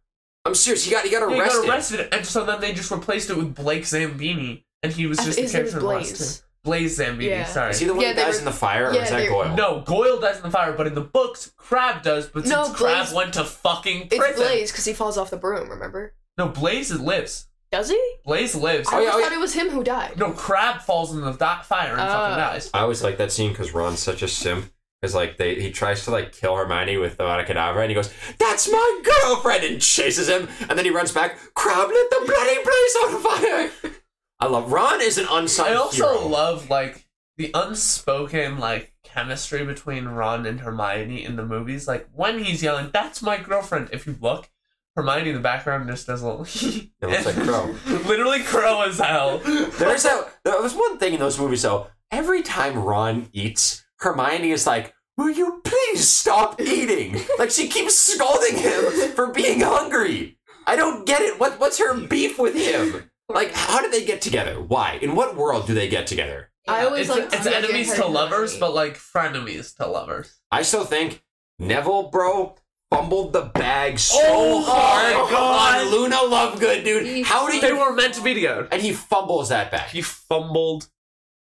I'm serious. He got he got
He
arrested.
got arrested, and so then they just replaced it with Blake Zambini, and he was
I-
just a
his name is
character in the last
Blaze.
two. Blaze Zambini,
Yeah.
sorry.
Is he the one
Yeah,
who
they
dies
were-
in the fire, or
yeah,
is that
they-
Goyle?
No, Goyle dies in the fire, but in the books, Crab does. But
No,
since Crab
Blaze-
went to fucking prison,
It's Blaze because he falls off the broom. Remember?
no, Blaze lives.
Does he?
Blaze lives.
I
Oh, yeah,
always
oh, yeah.
thought it was him who died.
No, Crab falls in the di- fire and fucking
Oh.
dies.
I always like that scene because Ron's such a simp. Because like they, he tries to like kill Hermione with the Avada and he goes, "That's my girlfriend," and chases him, and then he runs back. Crab lit the bloody place on fire. I love Ron is an unsung
I also
hero.
love like the unspoken like chemistry between Ron and Hermione in the movies. Like when he's yelling, "That's my girlfriend!" If you look, Hermione in the background just does a little. it
looks like Crow.
Literally crow as hell.
There's that. There was one thing in those movies though. Every time Ron eats, Hermione is like, "Will you please stop eating?" like she keeps scolding him for being hungry. I don't get it. What what's her beef with him? Like, how did they get together? Why? In what world do they get together?
I always
It's,
like.
it's enemies to lovers, but like frenemies to lovers.
I still think Neville, bro, fumbled the bag so
Oh my
hard
God.
on Luna Lovegood, dude. How do
They
you?
were meant to be together.
And he fumbles that back.
He fumbled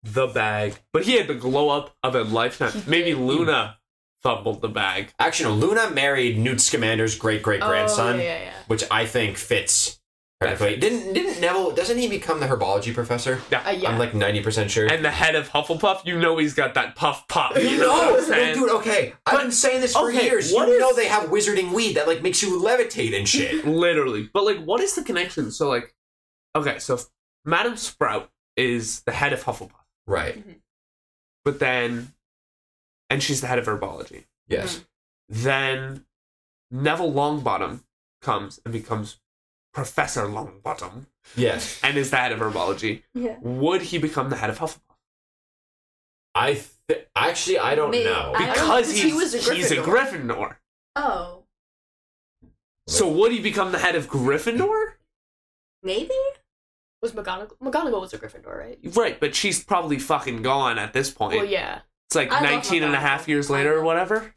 the bag, but he had the glow up of a lifetime. Maybe Luna fumbled the bag.
Actually, no, Luna married Newt Scamander's great great grandson,
Oh, yeah, yeah,
which I think fits perfectly. Didn't didn't Neville? Doesn't he become the herbology professor?
yeah. Uh, yeah.
I'm like ninety percent sure.
And the head of Hufflepuff, you know he's got that puff puff.
You
You know
know,
what I'm
well,
saying?
dude. Okay, I've been saying this for
okay,
years.
what
you
is-
know they have wizarding weed that like makes you levitate and shit.
Literally. But like what is the connection? So like okay, so if Madame Sprout is the head of Hufflepuff,
right.
Mm-hmm.
but then and she's the head of herbology.
Yes.
Then Neville Longbottom comes and becomes Professor Longbottom
Yes.
and is the head of herbology.
Yeah.
Would he become the head of Hufflepuff?
I th- actually I don't
Me-
know.
I- don't-
Because
he
he's,
was a
he's a Gryffindor.
Oh.
So would he become the head of Gryffindor?
Maybe.
Was McGonagall? McGonagall was a Gryffindor, right?
Right, but she's probably fucking gone at this point.
Well, yeah.
It's like
I love
19 and a half
McGonagall.
years later or whatever.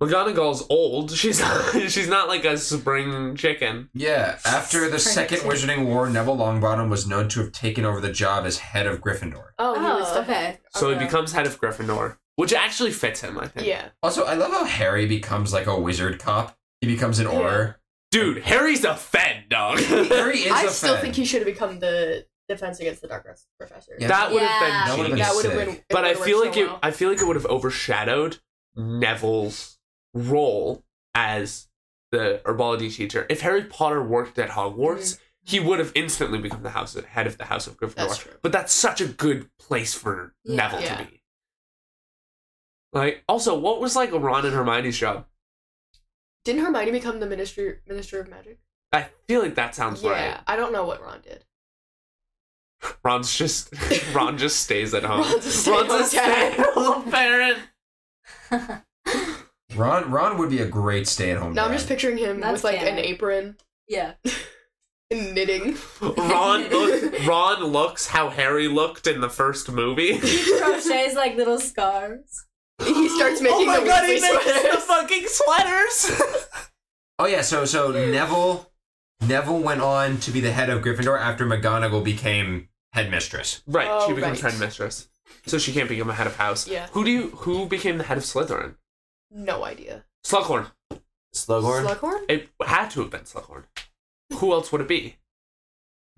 McGonagall's old. She's not, she's not like a spring chicken.
Yeah, after the Second Wizarding War, Neville Longbottom was known to have taken over the job as head of Gryffindor.
Oh, he
Oh.
was the-
okay.
So
okay.
he becomes head of Gryffindor. which actually fits him, I think.
Yeah.
Also, I love how Harry becomes like a wizard cop. He becomes an
Yeah.
order.
Dude, Harry's a Fed dog.
Harry is
I
a
still
Fed.
think he should have become the Defense Against the Dark Arts professor.
Yeah.
that would have
Yeah.
been
That
genius.
would've been
That would have
sick.
been. it
but I
would've
feel
worked
like
so
it.
well.
I feel like it would have overshadowed Neville's role as the herbology teacher. If Harry Potter worked at Hogwarts, he would have instantly become the house head of the House of Gryffindor.
Mm-hmm. That's true.
But that's such a good place for
Yeah.
Neville
Yeah.
to be. Like, also, what was like Ron and Hermione's job?
Didn't Hermione become the Minister Minister of Magic?
I feel like that sounds
yeah.
right.
I don't know what Ron did.
Ron's just Ron just stays at home.
Ron's a stay-at-home dad.
stay-at-home parent.
Ron Ron would be a great stay at home.
Now I'm just picturing him
That's
with like an
canon.
apron
yeah.
and knitting.
Ron look, Ron looks how Harry looked in the first movie.
Crochets like little scarves.
He starts making the Weasley sweaters.
fucking sweaters.
Oh yeah, so so Neville Neville went on to be the head of Gryffindor after McGonagall became headmistress.
right, she
Oh,
becomes
right.
headmistress, so she can't become a head of house.
Yeah.
Who do you? Who became the head of Slytherin?
No idea.
Slughorn.
Slughorn.
Slughorn?
It had to have been Slughorn. Who else would it be?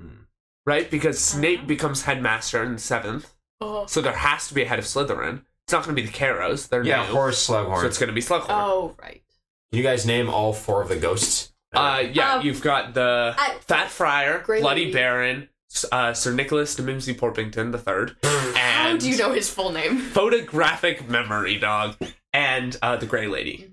Hmm.
Right, because
Uh-huh.
Snape becomes headmaster in seventh,
Oh.
so there has to be a head of Slytherin. It's not going to be the Carrows. They're
Yeah,
new,
Horace Slughorn.
so it's going to be Slughorn.
Oh right.
Can you guys name all four of the ghosts?
Uh, yeah,
Um,
you've got the
I-
Fat Friar,
Grey
Bloody
Lady.
Baron, S- uh, Sir Nicholas de Mimsey Porpington the Third, and
How do you know his full name?
Photographic Memory Dog, and uh, the Grey
Mm-hmm.
Lady,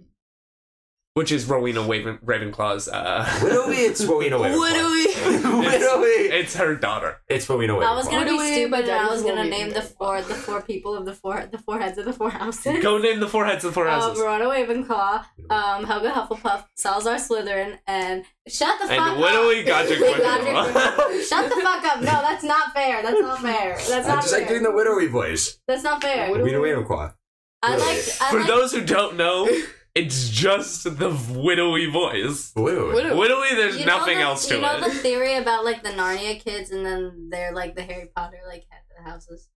which is Rowena Waven- Ravenclaw's. Uh,
Widowy, it's Rowena Waverclaw. Widowy.
it's her daughter.
It's Rowena Waverclaw.
I was gonna be
Widowy,
stupid and
but
I was
Daddy's
gonna
Wolverine.
name the four the four people of the four the four heads of the four houses.
Go name the four heads of the four
Uh,
houses.
Verona Ravenclaw, um, Helga Hufflepuff, Salazar Slytherin, and shut the
And
fuck
Widowy
up.
Godric
Wait,
Gryffindor.
Gryffindor. shut the fuck up. No, that's not fair. That's not fair. That's
I'm
not
just
fair.
like doing the widowy voice.
that's not fair.
Rowena Waverclaw.
I like I
For
like
those who don't know, it's just the widowy voice.
Widowy.
Widow.
Widowy, there's
Oh, you know
nothing
the-
else to
You know the
it.
theory about like the Narnia kids and then they're like the Harry Potter like head of the houses.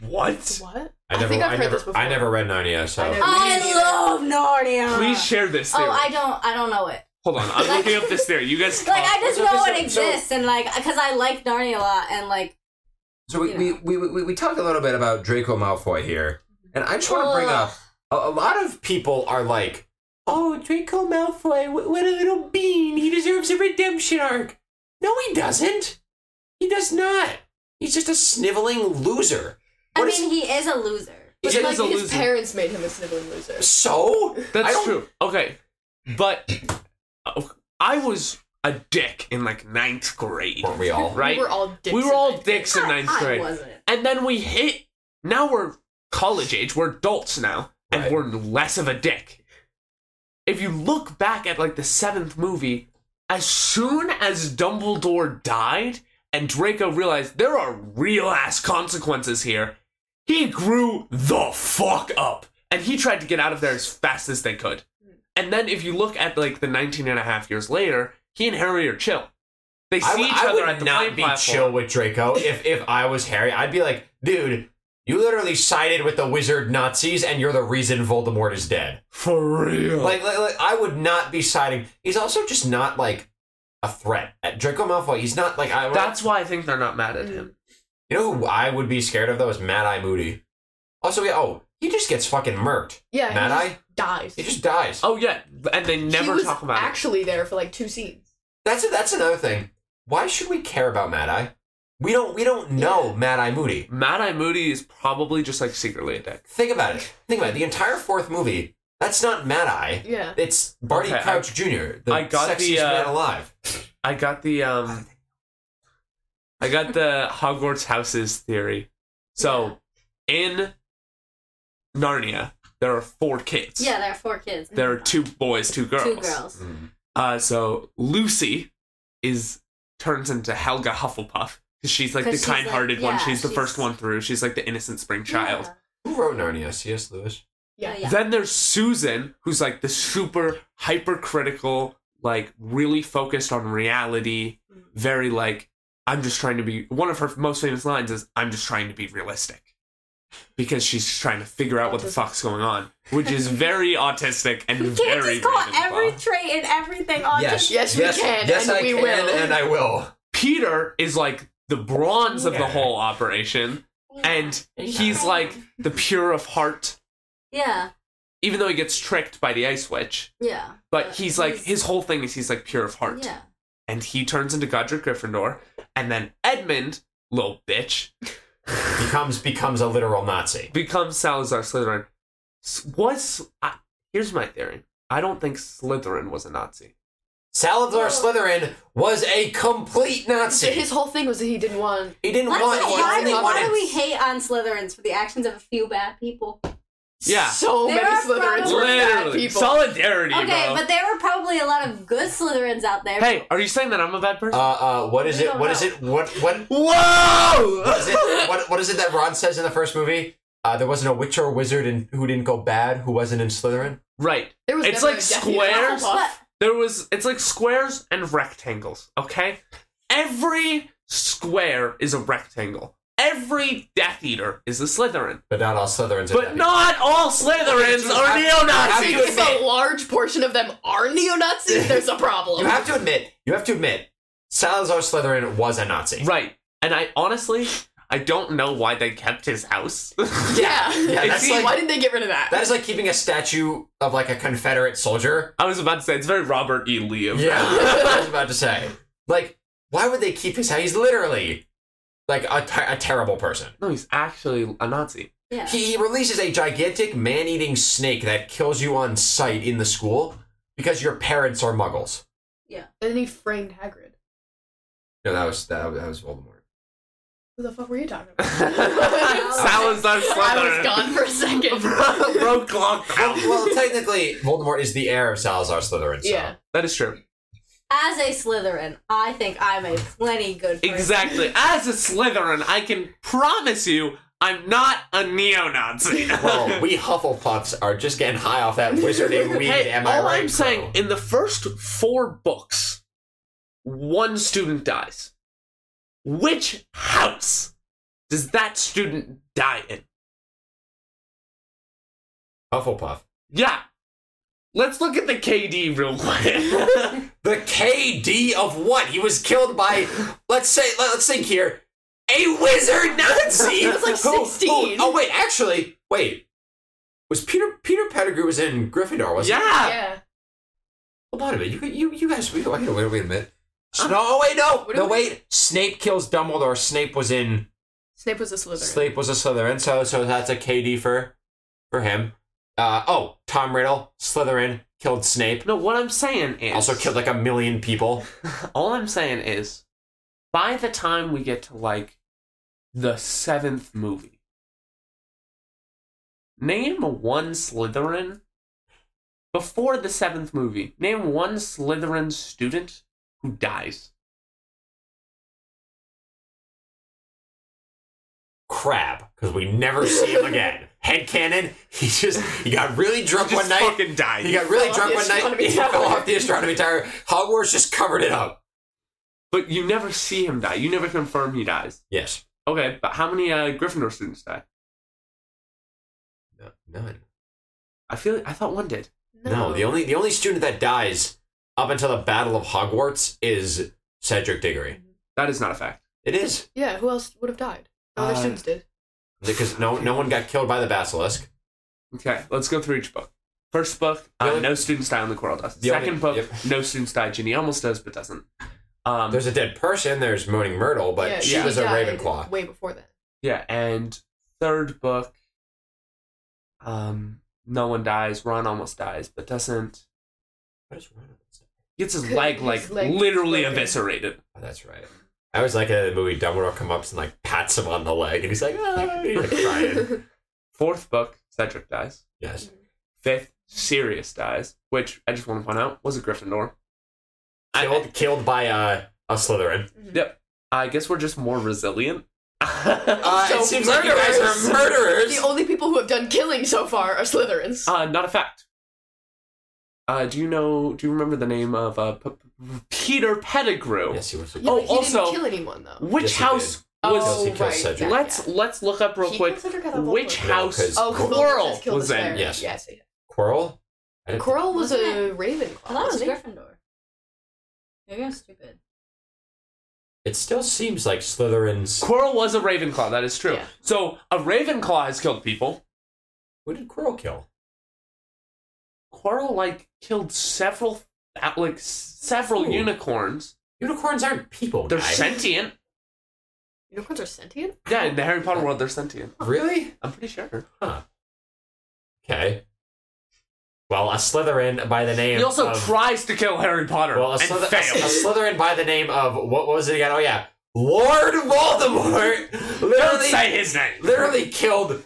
What?
What?
I
I
never,
think
I
I've heard
never,
this before.
I never read Narnia, so
I never-
I love Narnia.
Please share this theory.
Oh, I don't. I don't know it.
Hold on, I'm
Like-
looking up this theory. You guys,
Like I just
so-
know
so-
it exists and like because I like Narnia a lot and like
So we, we, we, we, we talked a little bit about Draco Malfoy here, and I just want to bring
Ugh.
up a, a lot of
people are like, "Oh, Draco Malfoy, wh- what a little bean! He deserves a redemption arc." No, he doesn't. He does not. He's just a sniveling loser.
I
What is-
mean he is a loser.
But
He
like
is a
his
loser.
parents made him a sniveling loser.
so I
That's
don't-
true. Okay, but oh, I was a dick in like ninth grade,
Weren't we all?
right?
We were all dicks.
We were
in
all
ninth grade.
dicks in ninth
I
grade,
wasn't.
and then we hit. Now we're college age. We're adults now, and
Right.
we're less of a dick. If you look back at like the seventh movie, as soon as Dumbledore died and Draco realized there are real ass consequences here, he grew the fuck up and he tried to get out of there as fast as they could
Hmm.
and then if you look at like the 19 and a half years later he and harry are chill they see
I, w-
each
I
other
would
at the
not
plane
be
platform.
chill with Draco if if I was Harry. I'd be like, dude, you literally sided with the wizard Nazis, and you're the reason Voldemort is dead.
for real
Like, like, like, I would not be siding. He's also just not like a threat. Uh, Draco Malfoy. He's not like I.
that's why i think they're not mad at him
You know who I would be scared of though is Mad Eye Moody. Also, yeah, oh, he just gets fucking murked.
Yeah, he
Mad
just
Eye,
dies.
he just dies.
oh yeah and they
He
never
was
talk about
actually there for like two scenes.
That's that's another thing. Why should we care about Mad Eye? We don't we don't know Mad Eye Moody.
it mad eye moody is probably just like secretly a dick
Think about it. Think about it. The entire fourth movie. That's not Mad Eye.
Yeah.
It's Barty
Okay, I-
Crouch Jr., the
I got
sexiest
the, uh,
man alive.
i got the um i got the hogwarts houses theory so in narnia there are four kids
Yeah, there are four kids.
there are two boys two girls
Two girls.
Uh, so Lucy is turns into Helga Hufflepuff because she's like
'Cause
the
she's, like,
kind-hearted one.
yeah,
she's the first
she's-
one through. She's like the innocent spring child.
Who wrote Narnia? C.S. Lewis.
Yeah.
Yeah.
Then there's Susan, who's like the super hypercritical, like really focused on reality,
Mm-hmm.
very like I'm just trying to be. One of her most famous lines is "I'm just trying to be realistic." because she's trying to figure out what the fuck's going on, which is very autistic and
We can't
very
just call
Ravenclaw.
every trait and everything on
Yes.
Yes, we can,
Yes,
and
I
we
can,
will.
and I will.
Peter is like the bronze of the
Yeah.
whole operation, and he's like the pure of heart,
Yeah,
even though he gets tricked by the Ice Witch.
yeah,
But he's like his whole thing is he's like pure of heart,
yeah.
and he turns into Godric Gryffindor, and then Edmund, little bitch,
becomes becomes a literal Nazi.
becomes Salazar Slytherin. S- Was I, here's my theory. I don't think Slytherin was a Nazi.
Salazar Slytherin was a complete Nazi.
His whole thing was that he didn't want.
He didn't
Why,
want.
do,
he
why
only
do- why
wanted-
do we hate on Slytherins for the actions of a few bad people?
Yeah,
So
There
many
are
Slytherins were bad
literally
people.
solidarity,
Okay,
bro.
but there were probably a lot of good Slytherins out there.
hey, are you saying that I'm a bad person?
Uh, uh, what is
We
it?
don't
What is
know.
it? What what
Whoa!
is it? What what is it that Ron says in the first movie? Uh, there wasn't a witch or a wizard in, who didn't go bad who wasn't in Slytherin.
right.
There was
It's
never
like
a Death Eater
squares.
Hufflepuff.
There was it's like squares and rectangles, okay? Every square is a rectangle. Every Death Eater is a Slytherin.
But not all Slytherins. are
But
bad.
not all Slytherins are
Have
neo-Nazis.
you
If
admit-
a large portion of them are neo Nazis, there's a problem.
You have to admit. You have to admit. Salazar Slytherin was a Nazi.
Right. And I honestly I don't know why they kept his house.
yeah.
Yeah, that's
See,
like-
why didn't they get rid of that?
That is like keeping a statue of like a Confederate soldier.
I was about to say it's very Robert E. Lee of
Yeah, that's what I was about to say. Like, why would they keep his house? He's literally like a, ter- a terrible person.
No, he's actually a Nazi.
Yeah.
He, he releases a gigantic man-eating snake that kills you on sight in the school because your parents are muggles.
And then he framed Hagrid.
No, that was that, was- that was Voldemort.
Who the fuck were you talking about?
Salazar
I
Slytherin.
was gone for a second.
Bro, clock out.
well, technically, Voldemort is the heir of Salazar Slytherin. So.
Yeah.
That is true.
As a Slytherin, I think I'm a plenty good person.
Exactly. As a Slytherin, I can promise you I'm not a neo Nazi.
Well, we Hufflepuffs are just getting high off that wizarding weed.
hey,
am I
all
right?
I'm saying,
bro?
in the first four books, one student dies. Which house does that student die in?
Hufflepuff.
Yeah. Let's look at the KD real quick.
The KD of what? He was killed by, let's say, let- let's think here, a wizard Nazi.
He was like
Who- who-
16.
oh wait, actually, wait. Was Peter Peter Pettigrew was in Gryffindor? Was
yeah.
Yeah.
Hold on a minute. You you you guys. We, wait, wait, wait a minute. No, oh, wait, no,
Uh-huh. What do
no,
we-
wait. Snape kills Dumbledore. Snape was in.
Snape was a Slytherin.
Snape was a Slytherin, so so that's a KD for, for him. Uh, oh, Tom Riddle, Slytherin, killed Snape.
No, what I'm saying is.
Also killed like a million people.
All I'm saying is, by the time we get to like the seventh movie, name one Slytherin before the seventh movie. Name one Slytherin student who dies.
crab because we never see him again. Head cannon. He just he got really drunk one night.
fucking dies.
he got really
Fell off
drunk
the
one night.
astronomy
He fell
tower.
off the astronomy tower. Hogwarts just covered it up.
but you never see him die. You never confirm he dies.
Yes.
Okay, but how many uh, Gryffindor students die?
No, none.
I feel I thought one did.
No. The only the only student that dies up until the Battle of Hogwarts is Cedric Diggory.
That is not a fact.
It is
Yeah, who else would have died? No other
Uh,
students did.
because no no one got killed by the basilisk.
Okay, let's go through each book. First book,
The
uh,
only-
no students die on the coral dust.
The only-
Second book,
yep.
no students die. Ginny almost does, but doesn't. Um,
There's a dead person. There's Moaning Myrtle, but
yeah,
she
yeah.
was a
died
Ravenclaw.
Way before that.
yeah, and third book, um, no one dies. Ron almost dies, but doesn't.
What is wrong with this?
Gets his
Could-
leg
his
like
leg
literally
broken.
eviscerated.
Oh, that's right. I was like in the movie Dumbledore come up and like pats him on the leg, and he's like, ah, he's like crying.
Fourth book, Cedric dies.
Yes.
Fifth, Sirius dies, which I just want to point out was a Gryffindor. I-
Killed, killed by a, a Slytherin.
I guess we're just more resilient.
Uh,
So
it seems like you guys are
the
murderers. Oh,
only people who have done killing so far are Slytherins.
Uh, not a fact. Uh, do you know? Do you remember the name of uh, P- P- Peter Pettigrew?
Yes, he was.
yeah,
oh,
but he
also-
didn't kill anyone though.
Which
Yes, he
house
Oh,
Was-
He kills
right.
Cedric.
yeah,
let's
yeah.
let's look up real
He
quick
killed Cedric at the
which
Voldemort.
No,
house
'cause
Oh, because
Quirrell
just killed
was
the
in.
Slayer.
Yes.
Yes. yes.
Quirrell? I didn't
Quirrell was
Wasn't
a Ravenclaw.
I thought it was
wasn't he?
Gryffindor. Maybe I'm stupid.
It still seems like Slytherin's.
Quirrell was a Ravenclaw. That is true.
Yeah.
So a Ravenclaw has killed people.
Who did Quirrell kill?
Quirrell like killed several uh, like s- several
Ooh.
unicorns.
Unicorns aren't people.
They're
guy.
sentient.
Unicorns are sentient.
Yeah, in the Harry Potter world, they're sentient.
Really?
I'm pretty sure.
Okay. Well, a Slytherin by the name.
He also
of,
tries to kill Harry Potter
um, Well, a,
and
Slyther- a- a
fails.
Slytherin by the name of what was it again? Oh yeah, Lord Voldemort.
Don't
literally,
say his name.
literally killed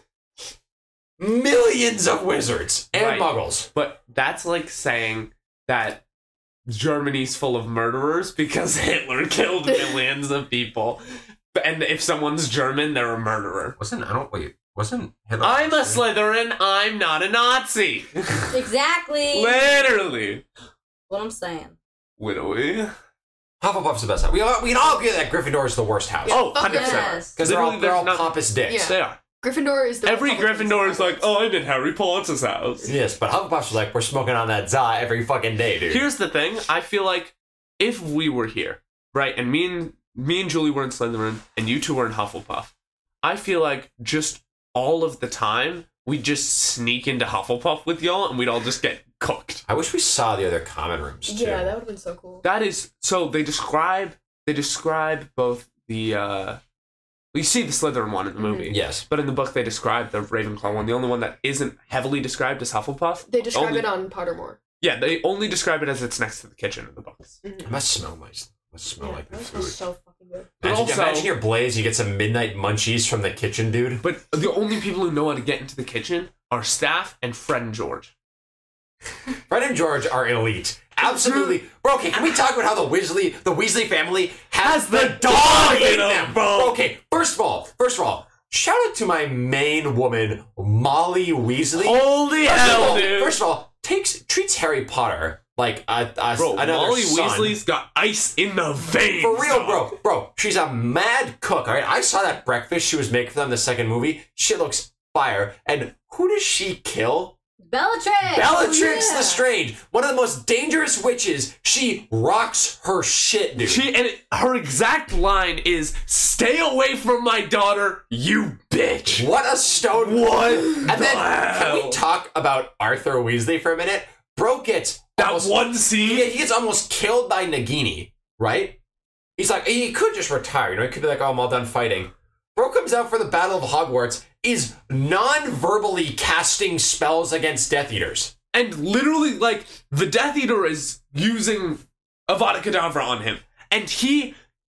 millions of wizards and
Right.
muggles.
But that's like saying that Germany's full of murderers because Hitler killed millions of people. And if someone's German, they're a murderer.
Wasn't I don't wait. Wasn't Hitler?
I'm a Slytherin, I'm not a Nazi.
Exactly.
Literally.
what I'm saying.
Widowy.
Hufflepuff's the best house. We all, we can all agree that Gryffindor is the worst house.
Oh,
Fuck
100%.
yes.
because they're all,
Literally,
they're
there's
all
not-
pompous dicks.
Yeah.
They are.
Gryffindor is the
Every
Republicans
Gryffindor
in
is like,
Hogwarts.
oh, I'm in Harry Potter's house.
Yes, but Hufflepuff's are like we're smoking on that za every fucking day, dude.
Here's the thing. I feel like if we were here, right, and me and me and Julie were in Slytherin, and you two were in Hufflepuff, I feel like just all of the time we just sneak into Hufflepuff with y'all, and we'd all just get cooked.
I wish we saw the other common rooms too.
Yeah, that would have been so cool.
That is so. They describe they describe both the uh, you see the Slytherin one in the
Mm-hmm.
movie,
yes.
but in the book they describe the Ravenclaw one. The only one that isn't heavily described is Hufflepuff.
They describe
Only- Oh,
it on Pottermore.
Yeah, they only describe it as it's next to the kitchen in the books.
I must smell my it must smell
Yeah,
like the
that
food.
was so fucking good.
But
Imagine,
also-
imagine you're Blaze, you get some midnight munchies from the kitchen, dude.
But the only people who know how to get into the kitchen are staff and friend George.
Fred and George are elite. Absolutely, bro. Okay, can we talk about how the Weasley, the Weasley family has, the dog in them, bro? Okay, first of all, first of all, shout out to my main woman, Molly Weasley.
Holy
first, of all,
hell, dude!
first of all, takes treats Harry Potter like a, a
bro,
another
Molly
son.
Weasley's got ice in the veins.
For real,
dog.
bro, bro. She's a mad cook. All right, I saw that breakfast she was making for them the second movie. Shit looks fire. And who does she kill?
Bellatrix.
Bellatrix
yeah.
Lestrange, one of the most dangerous witches. She rocks her shit, dude.
She and it- her exact line is "Stay away from my daughter, you bitch."
what a stone.
What
And then can we
hell?
talk about Arthur Weasley for a minute? Bro gets
That
almost,
one
he,
scene.
he gets almost killed by Nagini, right? He's like he could just retire, you know. He could be like, "Oh, I'm all done fighting." Bro comes out for the Battle of Hogwarts, is non-verbally casting spells against Death Eaters.
and literally like the Death Eater is using Avada Kedavra on him, and he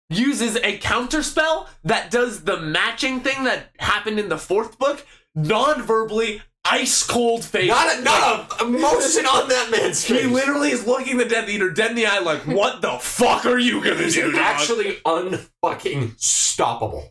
uses a counter spell that does the matching thing that happened in the fourth book, non-verbally, ice cold face.
Not a, not a emotion on that man's face.
he literally is looking the Death Eater dead in the eye, like, "What the fuck are you gonna do?"
He's
dog?"
actually unfucking stoppable.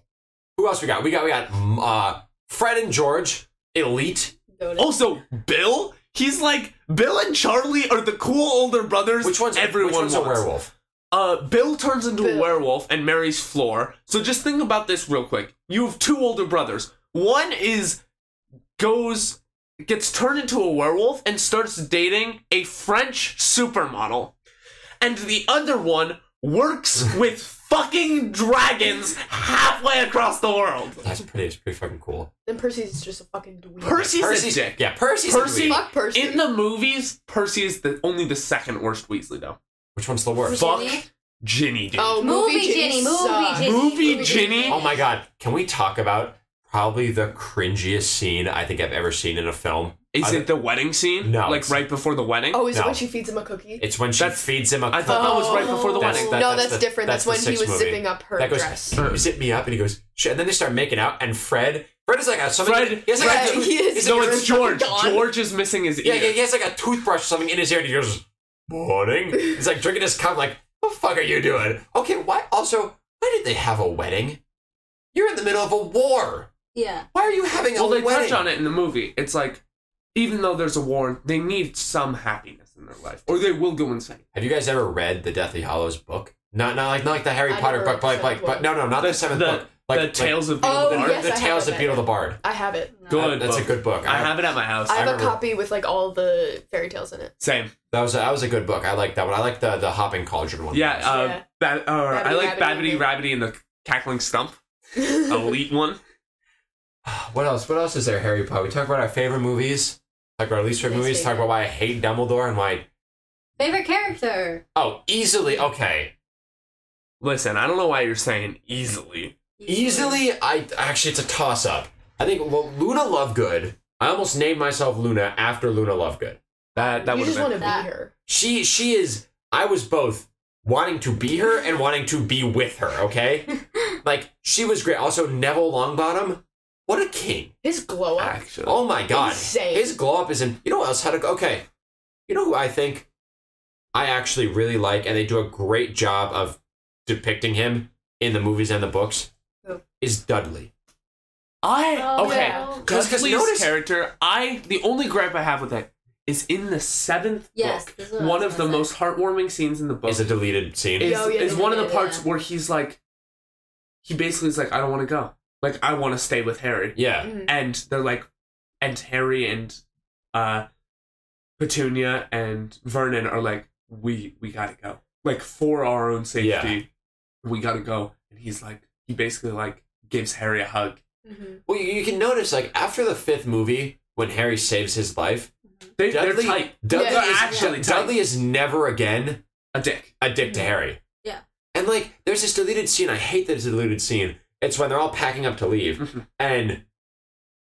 Who else we got? We got we got mm, uh, Fred and George, elite.
Noted.
also Bill. He's like Bill and Charlie are the cool older brothers.
Which one's
everyone
Which one's
wants.
a werewolf?
Uh, Bill turns into a
Bill.
werewolf and marries Floor. So just think about this real quick. You have two older brothers. One is goes gets turned into a werewolf and starts dating a French supermodel, and the other one works with fucking dragons halfway across the world.
That's pretty. It's pretty fucking cool.
Then Percy's just a fucking dweeb.
Percy's, a dick.
yeah. Percy's Percy.
Percy
Fuck Percy.
In the movies, Percy is the only the second worst Weasley though.
Which one's the worst?
Fuck
Ginny?
Ginny, dude.
oh,
Movie
movie
Ginny, movie
sucks.
Ginny.
Movie Ginny.
Oh my god! Can we talk about probably the cringiest scene I think I've ever seen in a film?
Is
Other-
it the wedding scene?
No,
Like
it's-
right before the wedding?
Oh, is
No.
it when she feeds him a cookie?
It's when she
That's-
feeds him a.
I thought that was right before the
That's-
wedding.
that-
no,
that's
that's,
the-
different.
that's
That's,
the
when he
sixth
was
movie.
zipping up her
that goes.
dress.
"You Zip me up, and he goes. Shit. And then they start making out, and Fred. Fred is like a something.
Fred-
he has like
Fred-
a,
he is-
he's
no,
like a-
it's George.
Don.
George is missing his ear.
Yeah, yeah, he has like a toothbrush or something in his ear, and he goes, "Morning." He's like drinking his cup, like, "What the fuck are you doing?" Okay, why? Also, why did they have a wedding? You're in the middle of a war.
Oh
Yeah.
Why are you having a
Well, they
wedding?
touch on it in the movie. It's like, even though there's a war, they need some happiness in their life, or they will go insane.
Have you guys ever read the Deathly Hollows book? Not, not like not like the Harry
I
Potter
never
book, but
read
like, like
the
but
seventh
no, no, not the,
The-
seventh
the-
book. Like
the Tales of Beetle
Oh,
the Bard.
like,
Yes,
the
I have
Tales of
it.
Beetle the Bard.
I have it.
Good.
That's a
book.
good book.
I have it at my house.
I have a
remember.
copy with like all the fairy tales in it.
Same.
That was a, that was a good book. I like that one. I like the the hopping cauldron one.
Yeah. Uh,
Yeah.
Ba- uh, I
Babbity
like
Rabbity
Babbity Rabbity and the Cackling Stump.
oh.
Elite one.
What else? What else is there? Harry Potter. We talk about our favorite movies. Talk about our least favorite
Least
movies. Talk
favorite.
about why I hate Dumbledore and why.
Favorite character.
Oh, easily. Okay.
Listen, I don't know why you're saying easily.
Easily, I actually it's a toss up. I think well, Luna Lovegood. I almost named myself Luna after Luna Lovegood.
That that
you
would have
just
been.
want to be
That-
her.
She she is. I was both wanting to be her and wanting to be with her. Okay, like she was great. Also Neville Longbottom. What a king!
His glow up.
Actually,
Oh my god,
Insane.
his glow up is in. You know what else had a okay? You know who I think I actually really like, and they do a great job of depicting him in the movies and the books.
Who?
Is Dudley.
I
Oh,
okay.
yeah.
Because
Dudley's
notice
character, I the only gripe I have with it is in the seventh
Yes,
book.
this is what I was
One of the
gonna say. Oh,
most heartwarming scenes in the book
is a deleted scene.
is,
Yo, yeah,
is
yeah,
one of
yeah,
the parts
yeah.
where he's like, he basically is like, I don't want to go. Like I want to stay with Harry,
yeah.
Mm-hmm,
Mhm.
and they're like, and Harry and uh, Petunia and Vernon are like, we we gotta go. Like for our own safety, we gotta go. And he's like, he basically like gives Harry a hug.
Mhm.
Well, you, you can notice like after the fifth movie when Harry saves his life,
mm-hmm.
They, they're
Dudley,
tight.
Dudley,
Yeah,
is,
yeah,
actually tight.
Dudley is never again
A dick.
a dick to Harry.
Yeah.
And like, there's this deleted scene. I hate this deleted scene. It's when they're all packing up to leave,
Mhm.
and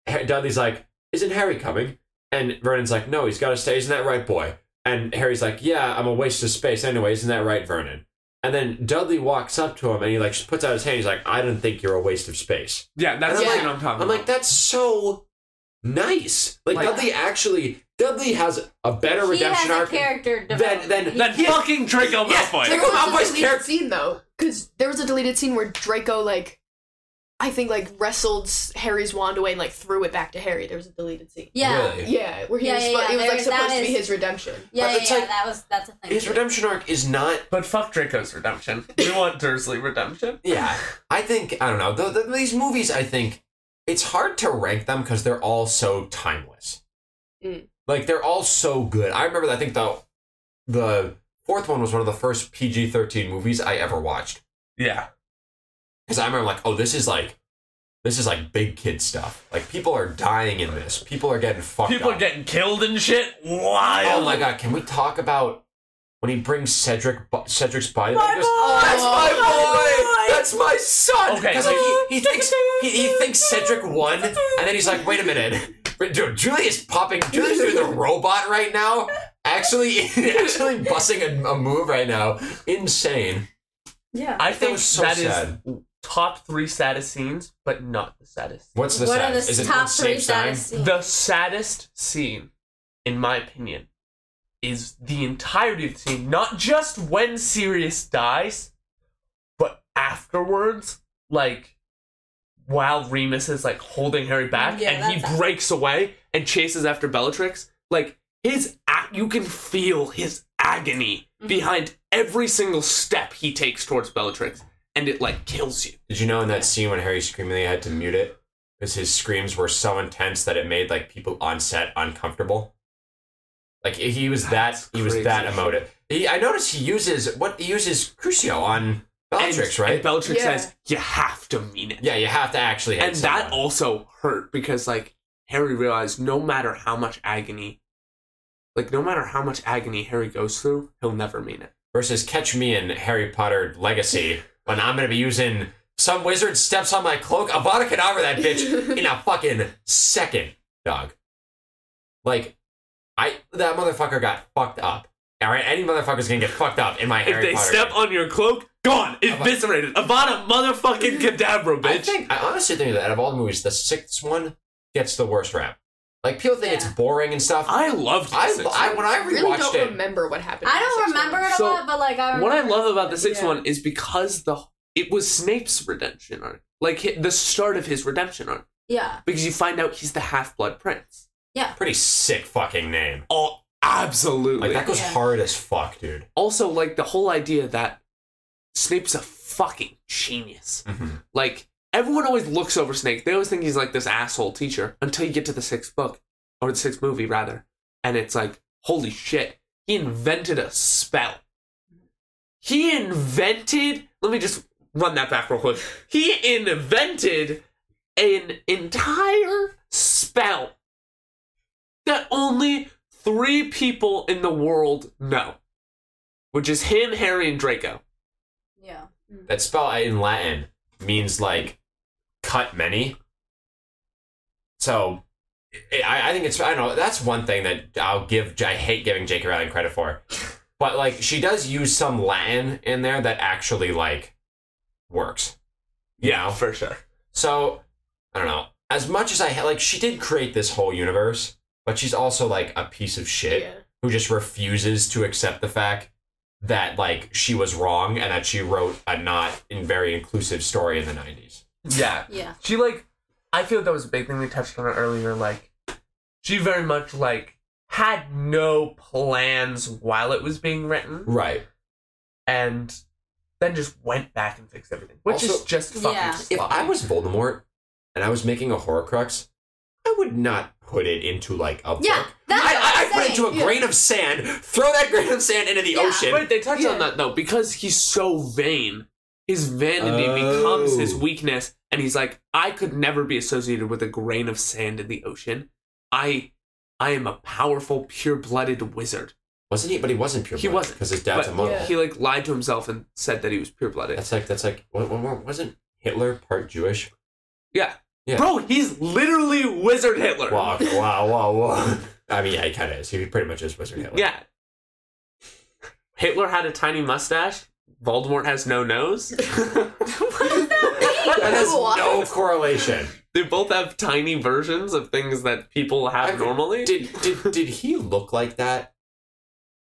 Ha- Dudley's like, "Isn't Harry coming?" And Vernon's like, "No, he's got to stay. Isn't that right, boy?" And Harry's like, "Yeah, I'm a waste of space anyway. Isn't that right, Vernon?" And then Dudley walks up to him and he like puts out his hand. He's like, "I don't think you're a waste of space."
Yeah, that's
And
what
I'm
I'm talking
I'm
about.
like, that's so nice. Like,
Like-
Dudley actually, Dudley has a better
He
redemption
has a
arc
character
than than
that fucking Draco
Yes,
Malfoy.
Draco-
There was a
Malfoy's
deleted
character-
scene though, because there was a deleted scene where Draco like, I think like wrestled s- Harry's wand away and like threw it back to Harry. There was a deleted scene.
Yeah.
Really.
Yeah, where he
Yeah,
was,
yeah, yeah,
spo- it was like
there- that
supposed to be
is-
his redemption.
But
Yeah, yeah,
it's
yeah,
like-
that was that's a thing.
His
too.
redemption arc is not.
But fuck Draco's redemption. We want Dursley redemption.
Yeah, I think I don't know. Th th these movies, I think it's hard to rank them because they're all so timeless.
Mm.
Like they're all so good. I remember. I think the the fourth one was one of the first PG thirteen movies I ever watched
Yeah.
because I remember like, oh, this is like. This is like big kid stuff. Like people are dying in this. People are getting fucked.
People
up.
are getting killed and shit. Wild.
Oh my god! Can we talk about when he brings Cedric bo- Cedric's body?
My
He goes,
boy!
That's my
My
boy! That's my son!
Okay.
Because like, he, he thinks he, he thinks Cedric won, and then he's like, "Wait a minute, But dude, Julius popping. Julius doing the robot right now. Actually, actually busting a, a move right now. Insane.
Yeah.
I
That
think that
was
is
so sad.
top three saddest scenes, but not the saddest.
What's the
what
sign?
are the
Is it the
top
safe
three
sign?
saddest scenes?
The saddest scene, in my opinion, is the entirety of the scene. Not just when Sirius dies, but afterwards, like while Remus is like holding Harry back
Yeah,
and he
that's-
breaks away and chases after Bellatrix, like his a- you can feel his agony
Mm-hmm.
behind every single step he takes towards Bellatrix and it like kills you.
Did you know in that scene when Harry's screaming, they had to mute it because his screams were so intense that it made like people on set uncomfortable. Like he was
That's
that he was
crazy.
that emotive. He, I noticed he uses what he uses Crucio on Bellatrix,
and,
right?
And Bellatrix
Yeah.
says, "You have to mean it."
yeah, you have to actually. Hate
and that
someone.
also hurt because like Harry realized no matter how much agony, like no matter how much agony Harry goes through, he'll never mean it.
versus catch me in Harry Potter Legacy when I'm gonna be using some wizard steps on my cloak. Avada Kedavra that bitch in a fucking second, dog. Like, I that motherfucker got fucked up. All right, any motherfucker's gonna get fucked up in my
if
Harry
they
Potter.
step
game.
on your cloak, gone, eviscerated, Avada motherfucking cadabra,
I
bitch.
think I honestly think that out of all the movies, the sixth one gets the worst rap. Like people think
Yeah.
it's boring and stuff.
I loved
I,
this.
I when I
I really
rewatched
don't
it,
remember what happened.
I
in the
don't
sixth one.
remember it a
So,
lot, but like I remember
what I love about the sixth
Yeah.
one is because the it was Snape's redemption arc, like hi- the start of his redemption arc,
Yeah.
because you find out he's the half blood prince.
pretty sick fucking name.
Oh, absolutely!
Like that goes
Yeah.
hard as fuck, dude.
also like the whole idea that Snape's a fucking genius.
Mm-hmm.
Like Everyone always looks over Snake. They always think he's like this asshole teacher until you get to the sixth book, or the sixth movie, rather. And it's like, holy shit, he invented a spell. He invented, let me just run that back real quick. He invented an entire spell that only three people in the world know, which is him, Harry, and Draco.
Yeah. Mm.
That spell in Latin means like cut many. So i I, I think it's I don't know. That's one thing that I'll give. I hate giving J.K. Rowling credit for, but like she does use some Latin in there that actually like works. You know?
for sure.
So I don't know. As much as I ha- like, she did create this whole universe, but she's also like a piece of shit
Yeah.
who just refuses to accept the fact that like she was wrong and that she wrote a not in very inclusive story in the 90s.
Yeah.
Yeah.
She like I feel that was a big thing we touched on it earlier, like she very much like had no plans while it was being written
Right.
and then just went back and fixed everything. Which is
Also-
just fucking
Yeah. If
If
sloppy.
I was Voldemort and I was making a Horcrux, I would not put it into like a
Yeah.
book.
That's
I,
what
I,
I'm
I put it
saying.
into a grain of sand, throw that grain of sand into the
Yeah.
ocean.
Wait, they touched on that though, because he's so vain. His vanity
Oh.
becomes his weakness, and he's like, I could never be associated with a grain of sand in the ocean. I I am a powerful, pure blooded wizard.
Wasn't he? But he wasn't pure.
He wasn't,
because his dad's
but-
a model.
Yeah.
He like lied to himself and said that he was pure blooded.
That's like that's like what, what- what- wasn't Hitler part Jewish?
Yeah.
Yeah.
Bro, he's literally wizard Hitler.
Wow, okay, wow, wow, wow. I mean, yeah, he kind of is. He pretty much is Wizard Hitler.
Yeah. Hitler had a tiny mustache. Voldemort has no nose.
that has
What?
no correlation.
they both have tiny versions of things that people have
I-
normally.
Did did did he look like that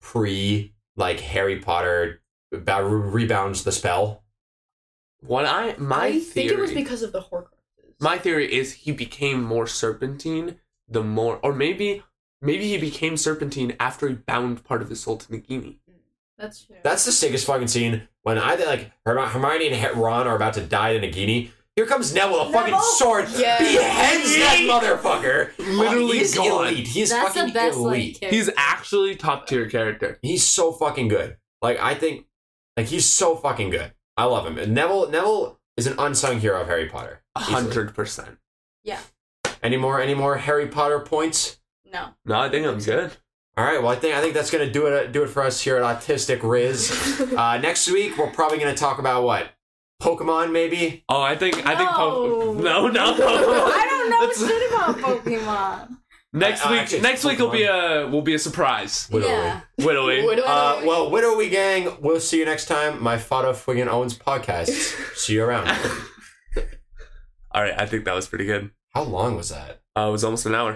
pre like Harry Potter ba- rebounds the spell?
What I my
I
theory
think it was because of the Horcruxes.
my theory is he became more serpentine the more or maybe maybe he became serpentine after he bound part of his soul to Nagini.
That's true.
That's the sickest fucking scene when either like Herm- Hermione and Her- Ron are about to die to Nagini. Here comes Neville with a fucking
Neville?
sword,
Yeah.
beheads that motherfucker.
Literally
he's
gone.
elite. He's
That's
fucking
the best
elite.
like character.
He's actually top tier character.
He's so fucking good. Like I think, like he's so fucking good. I love him. And Neville Neville is an unsung hero of Harry Potter.
A hundred percent.
Any more any more Harry Potter points?
no.
No, I think I'm good.
All right. Well, I think I think that's gonna do it do it for us here at Autistic Riz. uh, next week we're probably gonna talk about what Pokemon maybe.
Oh, I think I think po-
No.
no no.
I don't know
That's-
shit about Pokemon.
next
I- I
week
actually-
next week will be a will be a surprise.
Widowy.
Yeah.
Widowy.
What do I
Uh,
know?
well, Widowy Gang, we'll see you next time. My Fada Friggin' Owens podcast. see you around.
All right, I think that was pretty good.
How long was that?
Uh, it was almost an hour.